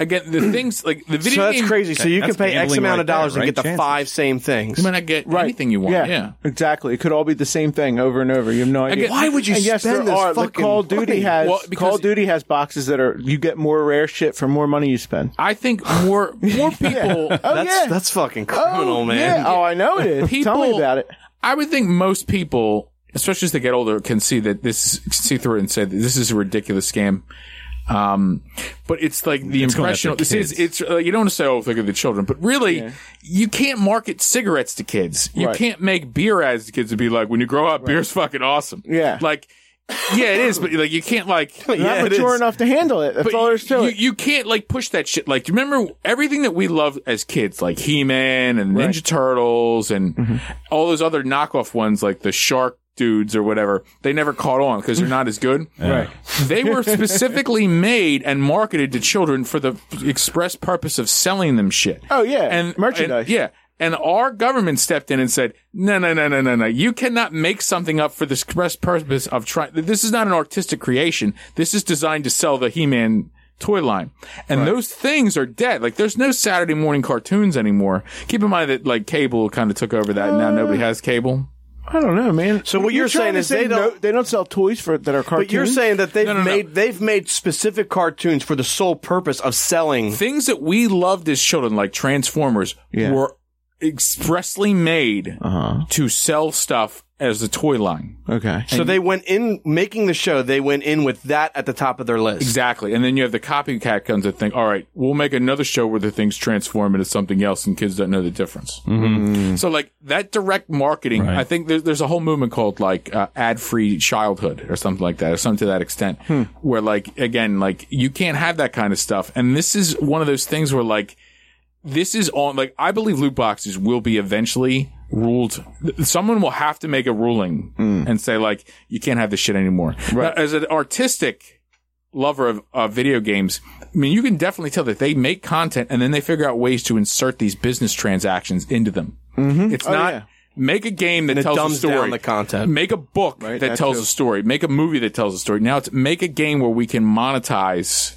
again the things like the video
So that's
game,
crazy. So you
That's
can pay X
gambling
amount
right
of dollars
there,
and
right?
get the
Chances.
five same things.
you might not get anything you want yeah,
exactly. It could all be the same thing over and over. You have no idea.
get- Why
would you
and yes,
spend
there
this
are. Like
fucking
Call of Duty
money?
has
Well, because-
Call of Duty has boxes that are you get more rare shit for more money you spend.
i think more more people
Oh
that's
yeah.
that's fucking criminal,
oh,
man.
uh,
Yeah. Oh, I know it is. Tell me
People-
about it.
i would think most people especially as they get older can see that this see through it and say that this is a ridiculous scam um, but it's like the
going after
impression. This is
kids.
it's uh, you don't say oh look at the children, but really you can't market cigarettes to kids. You
Right.
can't make beer ads to kids and be like when you grow up, beer's fucking awesome.
Yeah.
like yeah, it is, but like you can't like.
You're
Yeah,
not
it
mature
is.
enough to handle it. That's
But
all there is to
you,
it.
you can't like push that shit. Like, do you remember everything that we loved as kids, like He Man and Ninja Turtles and
Mm-hmm.
all those other knockoff ones, like the shark dudes or whatever? They never caught on because they're not as good. Right. They were specifically made and marketed to children for the express purpose of selling them shit.
Oh, yeah. Merchandise.
and- yeah. And our government stepped in and said, no, no, no, no, no, no. You cannot make something up for the express purpose of trying. This is not an artistic creation. This is designed to sell the He-Man toy line. And those things are dead. Like there's no Saturday morning cartoons anymore. Keep in mind that like cable kind of took over that
Uh,
and now nobody has cable.
I don't know, man.
So what you're saying
trying to
is
say
they don't-
no- they don't sell toys for that are cartoons.
But you're saying that they've
no, no.
made they've made specific cartoons for the sole purpose of selling.
Things that we loved as children, like Transformers,
Yeah.
were expressly made to sell stuff as a toy line.
okay.
So they went in making the show. They went in with that at the top of their list.
Exactly. And then you have the copycat comes and think, all right, we'll make another show where the things transform into something else and kids don't know the difference. So like that direct marketing, I think there's, there's a whole movement called like uh, ad free childhood or something like that or something to that extent where like, again, like you can't have that kind of stuff. And this is one of those things where like, this is on like I believe loot boxes will be eventually ruled th- someone will have to make a ruling
Hmm.
and say like you can't have this shit anymore right. as an artistic lover of uh, video games i mean you can definitely tell that they make content and then they figure out ways to insert these business transactions into them
Mm-hmm.
it's not
yeah.
make a game that
Oh, it
tells a
dumbs down
story
the content.
make a book that
that
tells
too.
a story make a movie that tells a story now it's make a game where we can monetize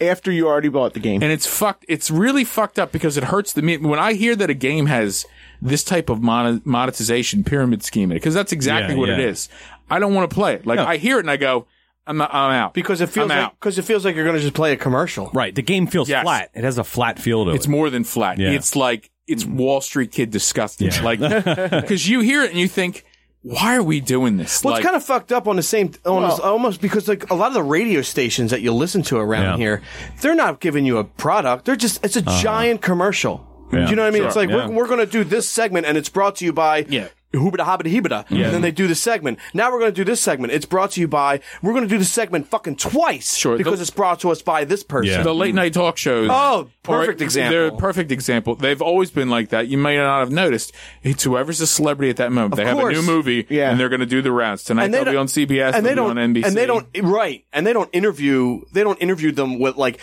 after you already bought the game.
and it's fucked. It's really fucked up because it hurts the me. When I hear that a game has this type of mon- monetization pyramid scheme in it, because that's exactly
Yeah,
what it
yeah.
is. I don't want to play it. Like I hear it and I go, I'm not, I'm out
because it feels
I'm
like
out.
because it feels like you're going to just play a commercial.
Right. The game feels
Yes.
flat. It has a flat feel to
It's
it.
more than flat.
Yeah. Mm.
It's like it's Wall Street Kid disgusting. Like because you hear it and you think, why are we doing this?
Well,
Like-
it's kind of fucked up on the same on
Well-
this, almost because like a lot of the radio stations that you listen to around
Yeah.
here, they're not giving you a product. They're just it's a giant commercial.
Yeah.
Do you know what I mean? It's
Uh-huh. Sure.
like we're,
Yeah.
we're going to do this segment, and it's brought to you by
Yeah.
Hubada Habada Hibada. And then they do the segment. Now we're going to do this segment. It's brought to you by. We're going to do the segment fucking twice
Sure.
because
The-
it's brought to us by this person.
Yeah.
the late night talk shows.
Oh, perfect
are-
example.
They're a perfect example. They've always been like that. You may not have noticed. It's whoever's a celebrity at that moment. they
course.
have a new movie,
Yeah.
and they're going to do the rounds tonight.
And
they'll be
don't-
on CBS.
and they
they'll
don't
be on NBC.
and they don't right and they don't interview they don't interview them with like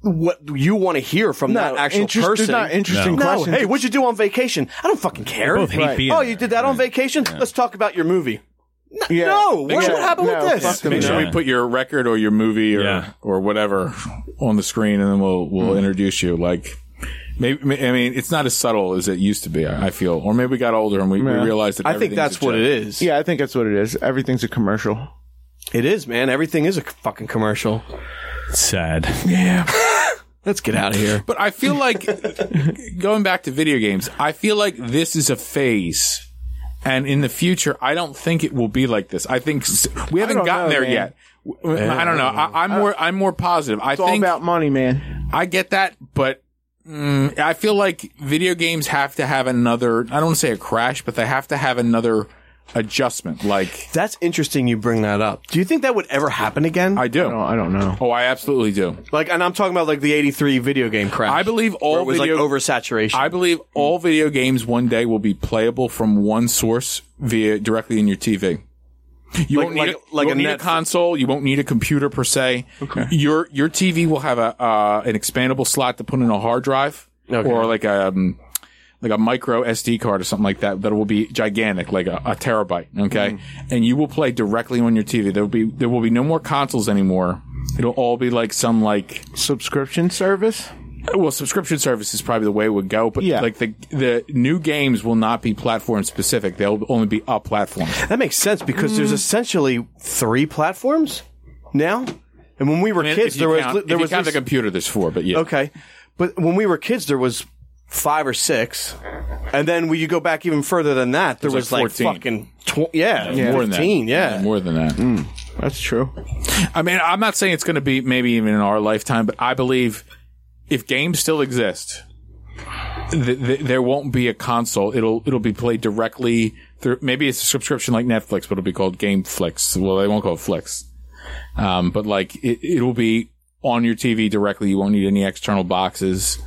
what you want to hear from that actual
interest-
person.
There's not interesting
No,
questions.
hey, what'd you do on vacation? I don't fucking care.
both hate Right. being
oh,
there.
you did that on vacation? Let's talk about your movie. No,
Yeah.
no, what,
Yeah.
what happened
No,
with
fuck
this?
them.
Make sure
Yeah.
we put your record or your movie or,
Yeah. Hmm.
or whatever on the screen, and then we'll we'll introduce you. Like, maybe I mean it's not as subtle as it used to be. I, I feel, or maybe we got older and we, we realized that.
I think
everything's
that's
a
what
joke.
it is.
yeah, I think that's what it is. Everything's a commercial.
It is, man. Everything is a fucking commercial.
It's sad.
Let's get out of here.
But I feel like going back to video games, I feel like this is a phase. And in the future, I don't think it will be like this. I think s- we haven't
don't
gotten
know,
there
man. Uh,
yet. W- I don't know. I, I'm more. I'm more positive. I
It's all
think
about money, man.
I get that, but mm, I feel like video games have to have another. I don't want to say a crash, but they have to have another adjustment. Like
That's interesting. You bring that up. Do you think that would ever happen again?
I do.
I don't know.
Oh, I absolutely do.
like, and I'm talking about like the '83 video game crash.
I believe all
where it was
video-
like oversaturation.
I believe all video games one day will be playable from one source via directly in your TV. You
Like-
won't need,
like-
a, you
like a
won't need a
Netflix.
console. You won't need a computer per se. Your your TV will have a uh, an expandable slot to put in a hard drive
Okay.
or like a um, like a micro SD card or something like that that will be gigantic, like a, a terabyte. Okay,
Mm-hmm.
and you will play directly on your TV. There will be there will be no more consoles anymore. It'll all be like some like
Subscription service?
well, subscription service is probably the way it would go, but
Yeah.
like the the new games will not be platform specific. They'll only be a platform.
that makes sense because
Mm.
there's essentially three platforms now. And when we were kids,
if you
there
count-
was
if
there
you
was
count
this-
the computer. There's four, but yeah,
Okay. But when we were kids, there was five or six. And then when you go back even further than that, there
There's
was
like
like,
14.
fucking tw- yeah,
more
15,
than that.
yeah.
more than that.
That's true.
I mean, I'm not saying it's going to be maybe even in our lifetime, but I believe if games still exist, th- th- there won't be a console. It'll it'll be played directly through. Maybe it's a subscription like Netflix, but it'll be called GameFlix. Well, they won't call it Flix, um, but like it, it'll be on your TV directly. You won't need any external boxes,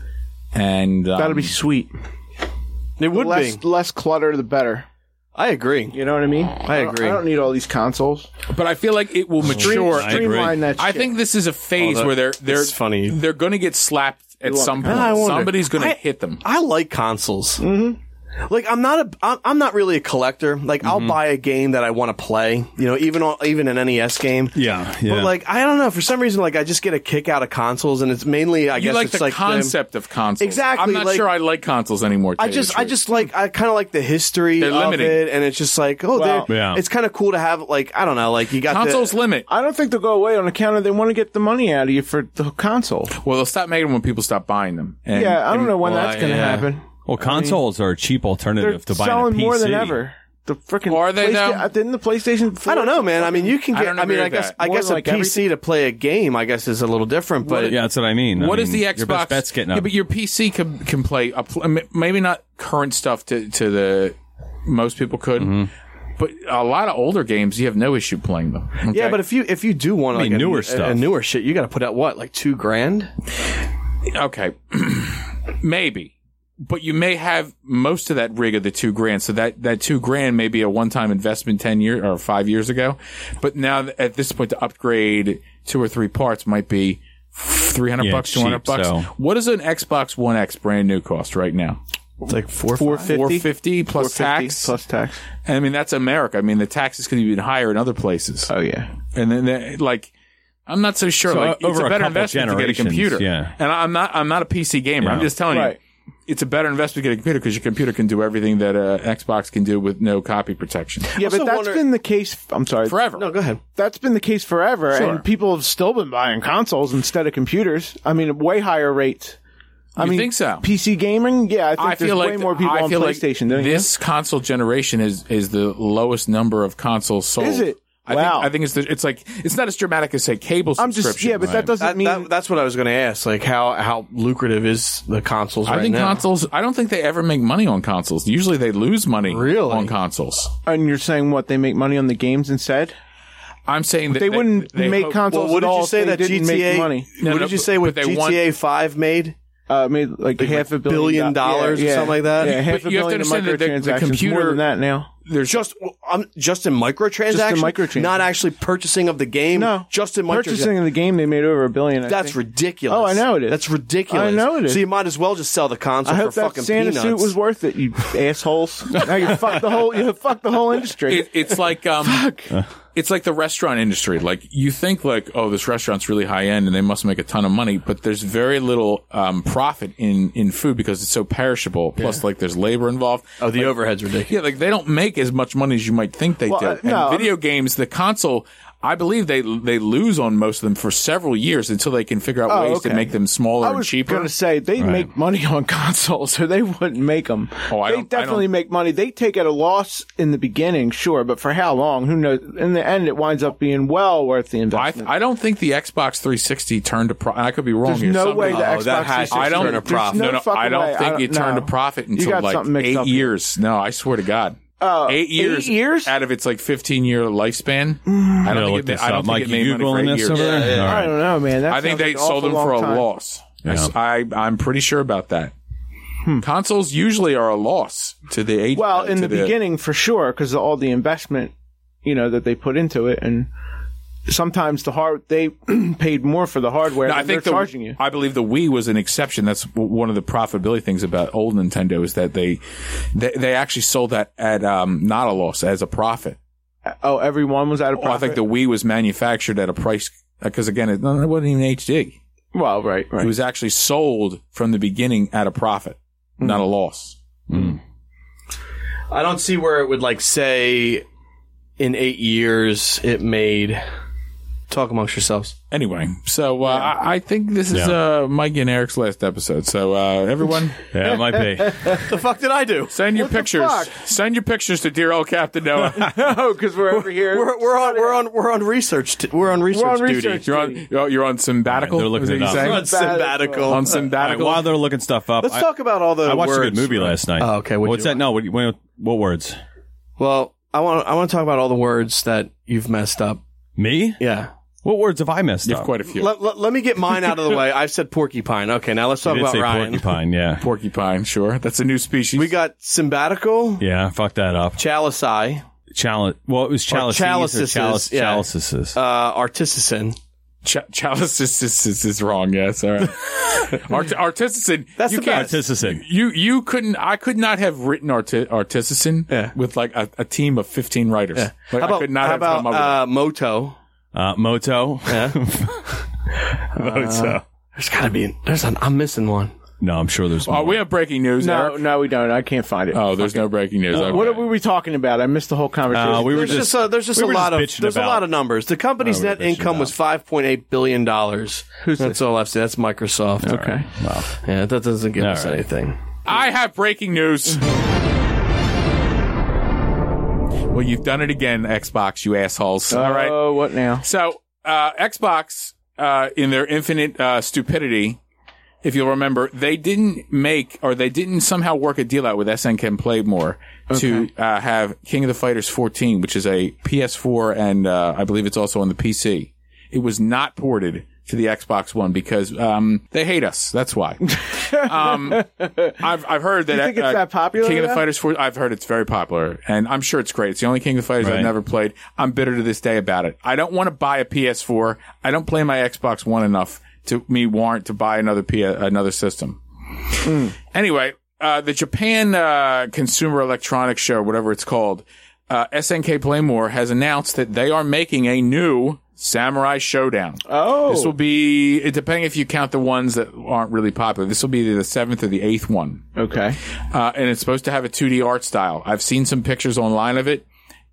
and um,
That'll be sweet.
It would
Less
be.
less clutter the better.
I agree.
You know what I mean? I, don't-
agree.
I don't need all these consoles.
But I feel like it will mature.
agree.
Streamline that
I
shit.
think this is a phase
Although,
where they're they're
it's funny.
They're going to get slapped at some point.
I wonder.
Somebody's going to
I-
hit them.
I like consoles. Mm-hmm. Like I'm not a I'm- I'm not really a collector. Like
Mm-hmm.
I'll buy a game that I want to play. You know, even on, even an NES game.
Yeah, yeah.
But like I don't know for some reason like I just get a kick out of consoles, and it's mainly I
you
guess
like
it's
the
like the-
concept of consoles.
Exactly,
I'm not
like-
sure I like consoles anymore. to
I
tell you
just,
the
I
truth.
just like, I kind of like the history
They're
of
limiting.
it, and it's just like, oh,
Well,
they're-
Yeah.
it's kind of cool to have. Like, I don't know, like you got the-
consoles limit.
I don't think they'll go away on account of they want to get the money out of you for the console.
Well, they'll stop making them when people stop buying them. And-
yeah, I don't
and-
know when
well,
that's going to
yeah.
happen.
Well, consoles are a cheap
They're
alternative to buying
selling
a PC.
more than ever. The freaking
Are they now?
PlaySta- Didn't the PlayStation? 4
I don't know, man. I mean, you can
I
get.
don't
I, mean,
agree
I
with
guess,
that.
I
More
guess
than,
a
like,
PC to play a game, I guess, is a little different. But
Yeah, that's what I mean. I
What is
mean,
the Xbox?
Your best bet's getting
yeah,
a-
but your PC can can play. A pl- I mean, maybe not current stuff to to the most people could,
Mm-hmm.
but a lot of older games you have no issue playing them.
yeah,
okay?
but if you if you do want like
mean,
a,
newer
a-
stuff.
a newer shit, you got to put out what like two grand.
okay, maybe. But you may have most of that rig of the two grand, so that that two grand may be a one time investment ten year or five years ago. But now th- at this point, to upgrade two or three parts might be three hundred
Yeah,
bucks,
cheap,
two hundred bucks.
so-
What does an Xbox One X brand new cost right now?
It's like four,
Four
five.
Four
fifty
fifty plus tax.
plus tax.
I mean, that's America. I mean, the taxes could even higher in other places.
Oh yeah,
and then they, like I'm not so sure.
So,
like,
uh,
it's
over
a
a
better
couple
investment to get a
generations,
computer.
yeah.
And I'm not I'm not a PC gamer. I'm
Yeah.
just telling
Right.
you. It's a better investment to get a computer because your computer can do everything that uh, Xbox can do with no copy protection
yeah,
Also
but that's
wonder-
been the case. I'm sorry,
forever.
No, go ahead.
that's been the case forever,
Sure.
and people have still been buying consoles instead of computers. I mean, at way higher rates. I
You
mean,
think so?
PC gaming, yeah, I think
I
there's
feel
way
like
more people
I
on
feel like
PlayStation. don't you?
this console generation is is the lowest number of consoles sold.
Is it?
I
Wow.
think I think it's the, it's like it's not as dramatic as say cable
I'm
subscription.
just yeah, but that doesn't
That,
mean
that, that's what I was going to ask. Like how how lucrative is the consoles
I
right
think
now?
consoles. I don't think they ever make money on consoles. Usually they lose money
Really?
on consoles.
and you're saying what they make money on the games instead.
I'm saying that
They wouldn't make
hope-
consoles
well, what did
at all
you
if
say
they
that
didn't
GTA?
make money.
No,
what
no,
did you
but-
say
but
with
they want-
GTA Five made?
Uh, made like, half a billion,
billion dollars or something like that?
Yeah, half
But
a
you have to
billion in
understand that the- the
microtransactions. more
computer-
than that now.
There's
Just um, just in microtransactions,
microtrans-
not actually purchasing of the game.
No,
just in microtransactions.
purchasing the game, they made over a billion. I
That's
think.
ridiculous.
Oh, I know it is.
That's ridiculous.
I know it is.
So you might as well just sell the console
I
for
hope that
fucking
Santa
peanuts.
suit was worth it. You assholes! now you fucked the whole you fucked the whole industry.
it, it's like um, it's like the restaurant industry. Like you think like, oh, this restaurant's really high end and they must make a ton of money, but there's very little um, profit in in food because it's so perishable. Plus, like there's labor involved.
oh, the overhead's ridiculous.
Yeah, like they don't make as much money as you might think they
Well,
do.
uh, no,
and video games, the console. I believe they they lose on most of them for several years until they can figure out
Oh,
ways to
okay.
make them smaller
I
and
was
cheaper.
going to say they make money on consoles, so they wouldn't make them.
Oh, I
they
don't- I
definitely
don't-
make money. They take at a loss in the beginning, sure, but for how long? Who knows? In the end, it winds up being well worth the
I,
investment.
th- I don't think the Xbox 360 turned a profit. I could be wrong
There's
here.
no
Somebody-
way the
Oh,
Xbox
that has to
I don't
turn a
there's
profit.
No,
no
no,
fucking
I don't
way. I
think
don't-
it turned
no.
a profit
You
until
got
like
something mixed
eight
up here.
years. No, I swear to God. Oh, eight years,
years?
out of its like 15 year lifespan. I
gotta
don't think
look
it, ma-
this
I don't
up.
think
Mike,
it
you
made money for
Googling
eight
this
years.
over there? All
I
right.
don't know, man. That
I think
sounds
they
like an
sold
awful
them for a
long time.
loss. I s- I, am pretty sure about that. Consoles usually are a loss to the age.
Hmm. Well,
uh,
in
to
the beginning, for sure, because all the investment, you know, that they put into it, and sometimes the hard they paid more for the hardware.
No,
than
I think
they're
the,
charging you.
I believe the Wii was an exception. That's w- one of the profitability things about old Nintendo is that they they, they actually sold that at um, not a loss as a profit.
Oh, everyone was out of
Well, I
profit.
think the Wii was manufactured at a price because again, it, no, it wasn't even HD.
well, right,
It
right.
was actually sold from the beginning at a profit, not a loss.
I don't see where it would like say in eight years it made. Talk amongst yourselves.
Anyway, so uh, I, I think this is uh, Mike and Eric's last episode. So uh, everyone,
Yeah, it might be.
The fuck did I do?
send your
the
pictures.
fuck?
Send your pictures to dear old Captain Noah.
Oh, because we're over here.
We're, we're on we're on we're on research. T- we're on research
on
duty.
research.
you're on. You're on sabbatical.
They're looking
Is that
it up.
what you're saying?
We're on sabbatical.
on
All right,
sabbatical.
while they're looking stuff up,
Let's
I,
talk about all the.
I watched
words.
a good movie last night.
Oh, okay. What'd
What's
you-
that? No, what, what, what words?
Well, I want I want to talk about all the words that you've messed up.
Me?
Yeah.
What words have I messed
You have
up?
quite a few.
Let, let, let me get mine out of the way. I've said porcupine. Okay, now let's
I
talk
did
about
say
Ryan.
porcupine. Yeah,
Porcupine, sure. That's a new species.
We got symbatical,
yeah. Fuck that up.
chalici,
Chalice. Well, it was chalices.
chalices,
Or chalice,
yeah.
Chalices.
uh, artisan.
Ch- chalice is, is, is, is wrong. Yes, all right. Art- artisan.
That's
you
the
can't-
best.
Artisan.
You you couldn't. I could not have written arti- artisan
Yeah.
with like a, a team of fifteen writers. Like,
How
I
about,
could not
how
have
about
come up with-
uh, moto?
Uh, moto. moto.
There's gotta be. There's an. I'm missing one.
No, I'm sure there's.
Oh,
More.
we have breaking news.
no,
Eric.
no, we don't. I can't find it.
Oh, there's no breaking news. Okay.
What were we talking about? I missed the whole conversation.
Uh, we were
There's
just.
just, a, there's just
we
a
were just
lot of
bitching
there's a
about-
lot of numbers. The company's net income was 5.8 billion dollars. That's all I've said. That's Microsoft. Okay. Yeah, that doesn't give us
right.
anything.
I have breaking news. Well, you've done it again, Xbox, you assholes. All right.
Oh, what now?
So uh, Xbox, uh, in their infinite uh, stupidity, if you'll remember, they didn't make or they didn't somehow work a deal out with SNK Playmore to uh, have King of the Fighters 14, which is a PS4 and uh, I believe it's also on the PC. It was not ported to the Xbox One because um, they hate us. That's why. um, I've I've heard that uh,
think it's that popular
King of the
now?
Fighters 4. I've heard it's very popular, and I'm sure it's great. It's the only King of the Fighters I've
Right.
never played. I'm bitter to this day about it. I don't want to buy a PS4. I don't play my Xbox One enough to me warrant to buy another P- another system. Anyway, uh, the Japan uh, Consumer Electronics Show, whatever it's called, uh, SNK Playmore has announced that they are making a new Samurai Showdown.
Oh,
This will be, it- depending if you count the ones that aren't really popular, this will be the seventh or the eighth one.
okay.
Uh, and it's supposed to have a 2D art style. I've seen some pictures online of it.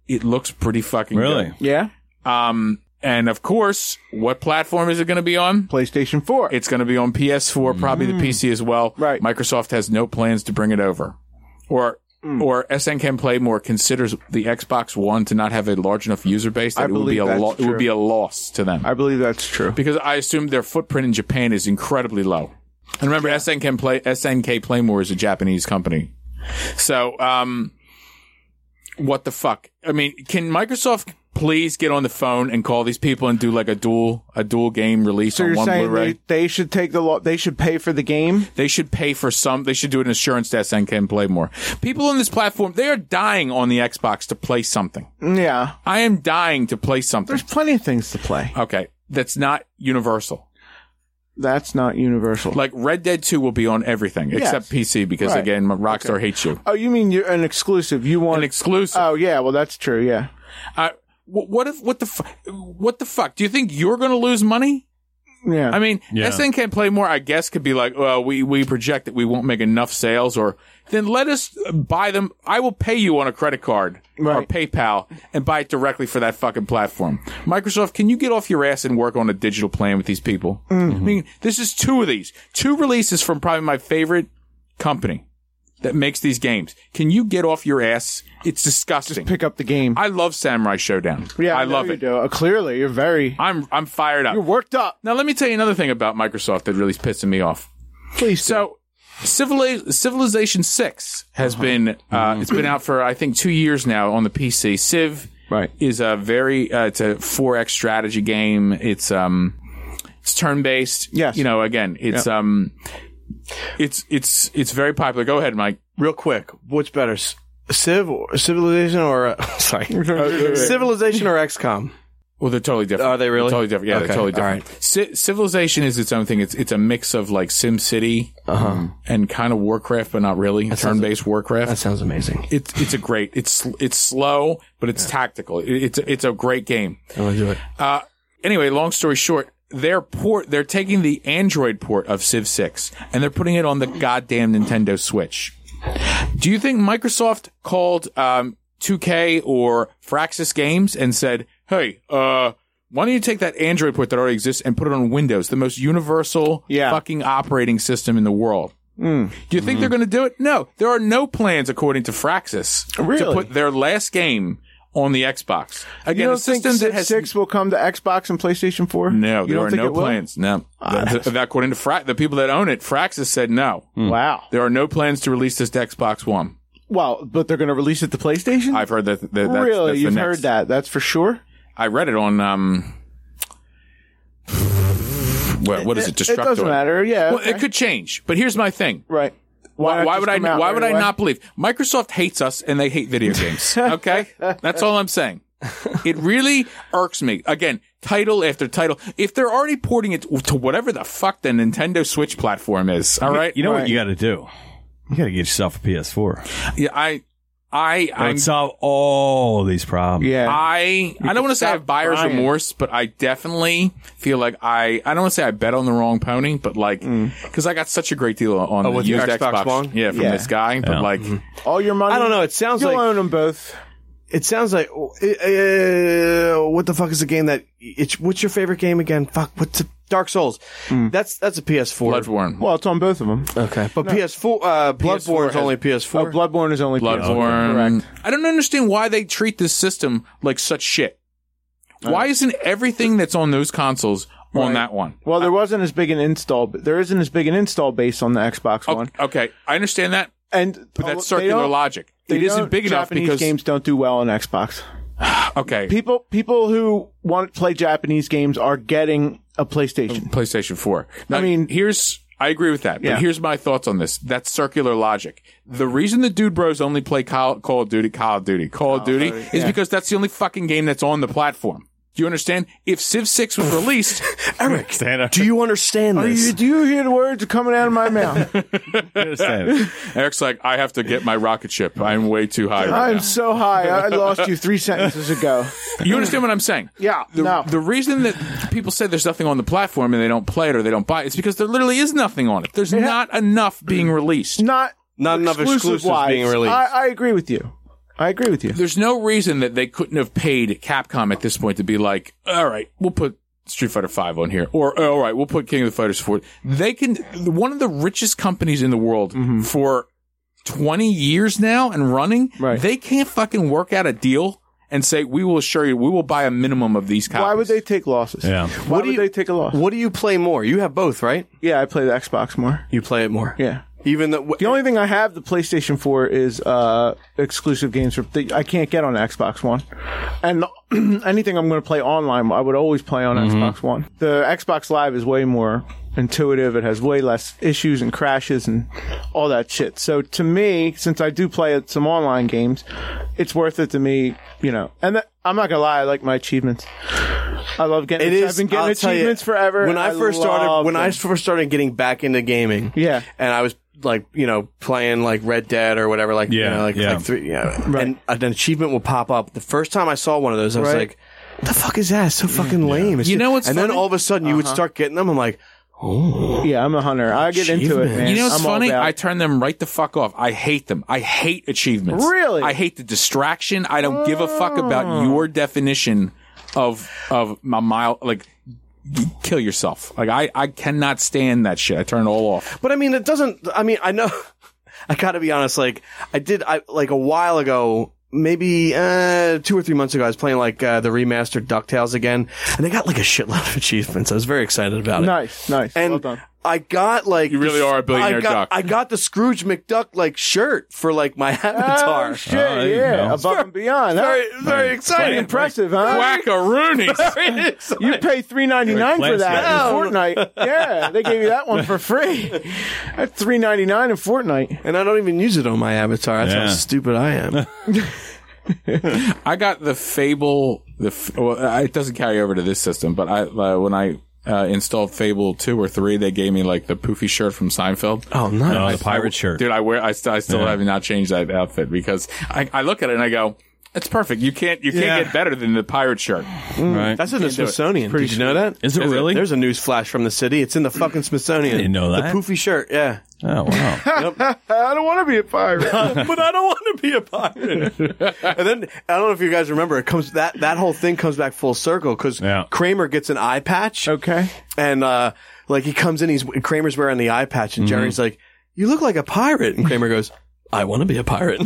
It looks pretty fucking
really?
good.
Yeah,
Um, and of course, what platform is it going to be on?
PlayStation Four.
It's going to be on PS4, probably the PC as well.
Right.
Microsoft has no plans to bring it over. Or,
Mm.
or SNK Playmore considers the Xbox One to not have a large enough user base that
I
it would be
believe
a
that's
lo- it would
true.
be a loss to them
I believe that's true.
because I assume their footprint in Japan is incredibly low. And remember, SNK Play SNK Playmore is a Japanese company, so um, what the fuck? I mean, can Microsoft please get on the phone and call these people and do like a dual a dual game release
So
on
you're
one
saying
Blu-ray?
they, they should take the law? They should pay for the game.
They should pay for some. They should do an assurance to SNK and play more. People on this platform, they are dying on the Xbox to play something.
Yeah,
I am dying to play something.
there's plenty of things to play.
Okay, that's not universal.
That's not universal.
Like Red Dead Two will be on everything except PC because
Right.
again, Rockstar hates you.
oh, you mean you're an exclusive? You want?
An exclusive.
oh, yeah. Well, that's true. Yeah.
I- wh- what if what the fu- what the fuck? Do you think you're going to lose money?
Yeah.
I mean,
Yeah.
SNK Play More, I guess, could be like, well, we, we project that we won't make enough sales, or then let us buy them. I will pay you on a credit card or
Right.
PayPal and buy it directly for that fucking platform. Microsoft, can you get off your ass and work on a digital plan with these people?
Mm-hmm.
I mean, this is two of these, two releases from probably my favorite company that makes these games. Can you get off your ass? It's disgusting.
Pick up the game.
I love Samurai Showdown.
yeah,
I
know
love
you
it.
do. Uh, clearly, you're very
I'm I'm fired up.
you're worked up.
Now, let me tell you another thing about Microsoft that really's pissing me off.
Please.
So, Civili- Civilization Six has been uh, it's been out for I think two years now on the PC. Civ
Right.
is a very uh, it's a four X strategy game. It's um it's turn based.
Yes.
you know again it's um it's it's it's very popular. Go ahead, Mike.
Real quick, what's better, s- Civ or Civilization or uh, sorry, Civilization or XCOM?
Well, they're totally different.
Are they really?
They're totally different. Yeah,
Okay,
they're totally
all
different. Ci- Civilization is its own thing. It's it's a mix of like Sim City
Uh-huh.
and kind of Warcraft, but not really turn based Warcraft.
That sounds amazing.
it's it's a great. It's it's slow, but it's tactical. It, it's it's a great game.
I'm gonna do it.
Anyway, long story short, their port they're taking the Android port of Civ Six and they're putting it on the goddamn Nintendo Switch. Do you think Microsoft called um, 2K or Fraxis Games and said, "Hey, uh, why don't you take that Android port that already exists and put it on Windows, the most universal
Yeah. Hmm.
fucking operating system in the world"? Do you think they're going to do it? No, there are no plans, according to Fraxis, to
Really?
put their last game on the Xbox. Again,
you don't
a
think
system that
Civ
has
Six will come to Xbox and PlayStation Four?
no,
you
there
don't
are
think
no
it will? Ah.
plans. No, Th- th- according to Fra- the people that own it, Fraxis said no.
Mm.
Wow.
There are no plans to release this to Xbox One.
Well, but they're going to release it to PlayStation.
I've heard that. that that's,
really,
that's the
you've
next.
heard that? That's for sure.
I read it on. Um, what, what is it? Destructoid.
It doesn't matter. Yeah.
Well,
okay.
it could change, but here's my thing.
Right.
Why,
not
why
just
would I?
come out
Why
right
would
away?
I not believe? Microsoft hates us, and they hate video games. Okay, that's all I'm saying. It really irks me. Again, title after title. If they're already porting it to whatever the fuck the Nintendo Switch platform is, all right.
You know what you got to do? You got to get yourself a PS4.
Yeah, I, I,
That
I'm,
would solve all these problems.
Yeah.
I, I don't want to say I have buyer's
crying.
remorse, but I definitely feel like I, I don't want to say I bet on the wrong pony, but like,
Mm.
because I got such a great deal
Oh,
on the
with your
used
Xbox
Xbox,
One?
yeah, from
Yeah. Mm-hmm.
this guy, but like,
All your money.
I don't know, it sounds
You'll
like-
own them both.
It sounds like uh, what the fuck is the game that it's what's your favorite game again? Fuck, what's it? Dark Souls?
Hmm.
That's that's a PS4.
Bloodborne.
Well, it's on both of them.
Okay, but PS4 uh, Bloodborne's only PS4.
Oh, Bloodborne is only
Bloodborne.
Correct.
I don't understand why they treat this system like such shit.
Uh,
Why isn't everything that's on those consoles on that one?
Well, there wasn't as big an install. There isn't as big an install base on the Xbox
O-
One,
Okay, I understand that,
and
but that's
they
circular
don't-
logic.
they
It isn't
don't-
big enough
Japanese
because
games don't do well on Xbox.
okay,
People people who want to play Japanese games are getting a PlayStation.
PlayStation Four. Now,
I mean-
here's I agree with that, but
Yeah.
here's my thoughts on this. That's circular logic. The reason the dude bros only play Call, Call of Duty, Call of Duty, Call of Duty, is because that's the only fucking game that's on the platform. Do you understand? If Civ Six was released,
Eric,
Stand up.
do you understand this?
Do you hear the words coming out of my mouth?
Stand up.
Eric's like, I have to get my rocket ship. I'm way too high. Right
I'm
now.
so high. I lost you three sentences ago.
You understand what I'm saying?
Yeah,
The,
no.
the reason that people say there's nothing on the platform and they don't play it or they don't buy it is because there literally is nothing on it. There's not enough being released.
Not
Not enough exclusives
wise.
being released.
I, I agree with you. I agree with you.
There's no reason that they couldn't have paid Capcom at this point to be like, all right, we'll put Street Fighter Five on here, or all right, we'll put King of the Fighters Four. They can. One of the richest companies in the world
Mm-hmm.
for 20 years now and running,
Right.
they can't fucking work out a deal and say we will assure you we will buy a minimum of these copies.
Why would they take losses?
Yeah.
Why
What do
would
you-
they take a loss?
What do you play more? You have both, right?
Yeah, I play the Xbox more.
You play it more.
Yeah.
Even the,
The only thing I have the PlayStation 4 is uh, exclusive games for, that I can't get on Xbox One, and anything I'm going to play online, I would always play on
Mm-hmm.
Xbox One. The Xbox Live is way more intuitive. It has way less issues and crashes and all that shit. So to me, since I do play some online games, it's worth it to me. You know, and that, I'm not gonna lie, I like my achievements. I love getting.
It is-
I've been getting
I'll tell you,
achievements forever.
When I, first started,
love
when I
them.
first started getting back into gaming,
Yeah.
and I was like, you know, playing like Red Dead or whatever, like, you
Yeah,
know, like,
yeah.
like three, yeah, and an achievement will pop up. The first time I saw one of those, I was
Right.
like, the fuck is that? It's so fucking lame. It's
You
ju-
know what's
and then
funny? Uh-huh.
all of a sudden you would start getting them. I'm like,
Yeah, I'm a hunter. I get into it,
Achievements.
man.
You know what's
I'm all
funny?
about-
I turn them right the fuck off. I hate them. I hate achievements.
Really? Mm.
I hate the distraction. I don't give a fuck about your definition of of my mile. Like, y- kill yourself. Like, I I cannot stand that shit. I turn it all off.
But I mean, it doesn't. I mean, I know. I got to be honest. Like I did. I like a while ago. Maybe uh, two or three months ago, I was playing like uh, the remastered Ducktales again, and they got like a shitload of achievements. I was very excited about it.
nice, nice.
And
well done.
I got like
You really
the-
are a billionaire
I got,
duck.
I got the Scrooge McDuck like shirt for like my avatar. Uh-huh.
Oh, shit,
Uh,
Oh, there you
yeah,
go.
above and beyond. huh?
very very
Pretty
exciting.
impressive, huh?
Wackaroonies.
You pay three ninety nine
Like
for that in
plastic.
Fortnite. Yeah, they gave you that one for free. That's three ninety nine in Fortnite.
And I don't even use it on my avatar. That's
Yeah.
how stupid I am. Oh,
I got the Fable. The f- well, uh, it doesn't carry over to this system, but I uh, when I uh, installed Fable two or three, they gave me like the poofy shirt from Seinfeld.
oh no.
Oh, the pirate shirt.
Dude, I wear. I, st- I still have not changed that outfit because I, I look at it and I go, "It's perfect. You can't. You can't
Yeah.
get better than the pirate shirt."
right?
That's in the Smithsonian. Did you know that?
Mm. Is it really?
There's a news flash from the city. It's in the fucking Smithsonian.
didn't know that.
The poofy shirt, yeah.
oh wow.
I don't want to be a pirate.
but I don't want to be a pirate. and then I don't know if you guys remember. It comes that that whole thing comes back full circle because
Yeah.
Kramer gets an eye patch.
Okay.
and uh, like he comes in, he's Kramer's wearing the eye patch, and Jerry's like, "You look like a pirate," and Kramer goes. I want to be a pirate.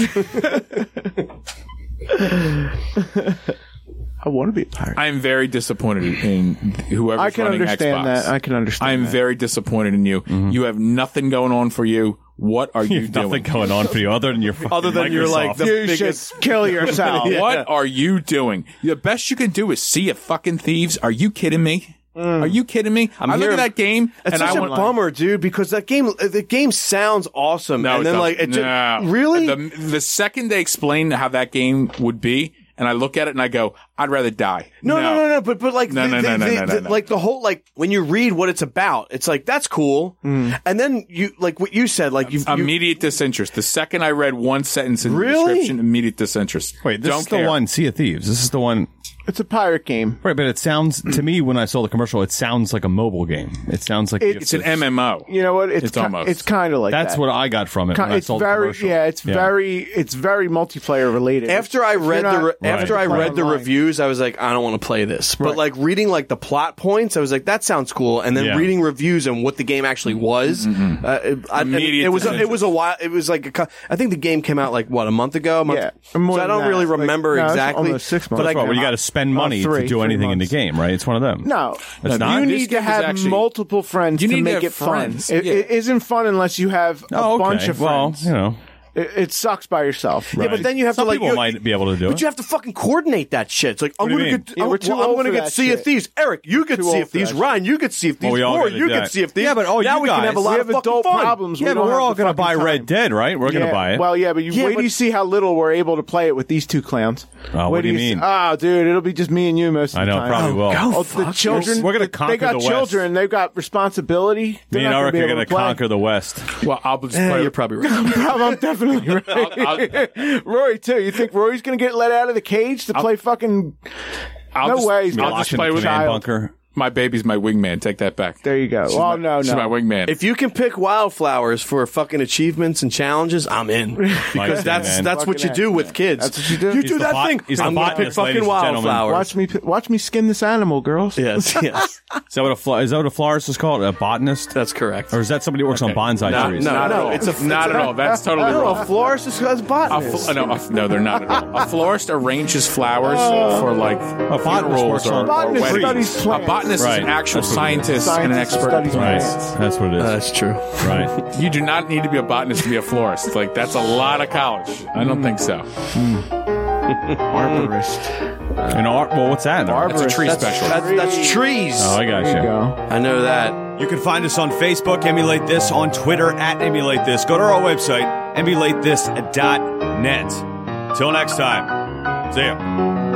I want to be a pirate.
I'm very disappointed in whoever's
I can
running Xbox.
understand that. I can understand.
I'm
that.
very disappointed in you. You have nothing going on for you. What are you,
There's
doing?
nothing going on for you other than your fucking
Other than
Microsoft.
you're like the
you
biggest.
should kill yourself.
What are you doing? The best you can do is see a fucking thieves. Are you kidding me?
Mm.
Are you kidding me? i look
here-
at that game
It's
and I
such a
want.
bummer, dude, because that game the game sounds awesome,
No,
and
it
then
doesn't.
like it
No.
just, really
The, the second they explain how that game would be, and I look at it and I go, I'd rather die.
No, no, no, no. But but like
No,
the, the-
no, no, no,
the-
no, no,
the-
no.
like the whole like when you read what it's about, it's like that's cool.
Hmm.
And then you like what you said, like you, you
Immediate disinterest. The second I read one sentence in
Really?
the description, immediate disinterest.
Wait, this
Don't
is
care.
the one Sea of Thieves. This is the one.
It's a pirate game.
Right, but it sounds to me when I saw the commercial, it sounds like a mobile game. It sounds like you have
It's
to-
an MMO.
You know what? It's,
It's
ki-
almost.
It's kind of like
That's
that.
what I got from it.
Ki-
When I
it's
saw the
very
commercial.
yeah. It's very it's very multiplayer related.
after I
If you're
read the
not-
re-
Right.
after I read the
Online.
reviews, I was like, I don't want to play this. But like reading like the plot points, I was like, that sounds cool. And then
Yeah.
reading reviews and what the game actually was, uh, it, I, and
Mm-hmm. Immediate
it was a, it
disinterest.
was a while. It was like a, cou- I think the game came out like what a month ago. A month,
Yeah, more
so I
than
don't
that.
really
Like,
remember
no, it's
exactly.
almost six months.
But I,
That's
Right, where you got to spend money
uh, three-
to
three
do anything
months.
in the game, right? It's one of them.
No,
It's
no,
not?
you
These
need to
games
have
actually-
multiple friends
You
to
need to
make
have
it fun.
friends,
It,
yeah.
it isn't fun unless you have a
Oh, okay.
bunch of
well,
friends.
you know.
It- it's sucks by yourself.
yeah, but then you have
Some
to like
people
you-
might be able to do
But
it.
you have to fucking coordinate that shit. It's like I'm
do you
gonna
mean?
get,
Yeah,
I'm,
we're too
well, I'm
old
gonna
for
get
that
Sea
shit.
of Thieves. Eric, you could
Too
Sea
old
of
for
Thieves.
that
Ryan, you could Sea of Thieves.
we all
Or
gotta
you
do
could
that.
Sea of Thieves.
Yeah, but all
now
you
we can
guys-
have a
we
lot
have
of fucking
adult
fun.
problems.
yeah,
we
but
don't
we're
have
all
the
going to
fucking
buy
time.
Red Dead, right? We're going
Yeah,
to buy it.
Well, yeah, but you
Yeah,
wait
but-
till you see how little we're able to play it with these two clowns.
Oh, what
Wait
do
till
you
see-
mean?
Ah, dude, it'll be just me and you most of
I
the
know,
time.
probably will.
Oh,
Go
the
fuck
children.
We're gonna conquer
They got
the West.
children. They've got responsibility. They're
Me and
not gonna
Eric
be
are
able
going to
play.
conquer the West.
Well, I'll just
Eh,
play.
you're probably right.
I'm definitely right. Rory too. You think Rory's gonna get let out of the cage to play fucking?
I'll
no
just,
way. I'll
I'll
just
just
Locked in
play
a
with
command
child.
bunker.
my baby's my wingman. Take that back.
There you go.
She's
well,
my,
no,
she's
no.
my wingman.
if you can pick wildflowers for fucking achievements and challenges, I'm in. Because
Mike's
that's
in, man.
that's what you
Fucking
do with kids.
That's what you do.
You
He's
do
the
that
bot-
thing.
he's the
I'm gonna pick
botanist, ladies
fucking
and gentlemen.
wildflowers.
Watch me, watch me skin this animal, girls.
Yes, yes,
Is that what a, fla- is that what a florist is called? A botanist?
that's correct.
Or is that somebody who works on bonsai trees?
no,
Not at
no,
all.
it's a-
not
it's
at
a-
all. That's totally
No,
wrong.
a florist is a
A
botanist.
fl- no, a- no, they're not at all. A florist arranges flowers for like
A botanist
funerals
works
or,
on
or
botanist
weddings.
studies plants.
A botanist is
Right.
an actual
That's what it is.
scientist, and an
Scientist
expert.
studies
Right.
plants.
That's what it is.
That's true.
right.
You do not need to be a botanist to be a florist. Like that's a lot of college. I don't think so.
Arborist.
And art. Well, what's that?
It's a tree specialist.
That's, that's trees.
Oh, I got you.
Go.
I know that.
You can find us on Facebook, Emulate This, on Twitter, at Emulate This. Go to our website, emulatethis.net. Till next time, see ya.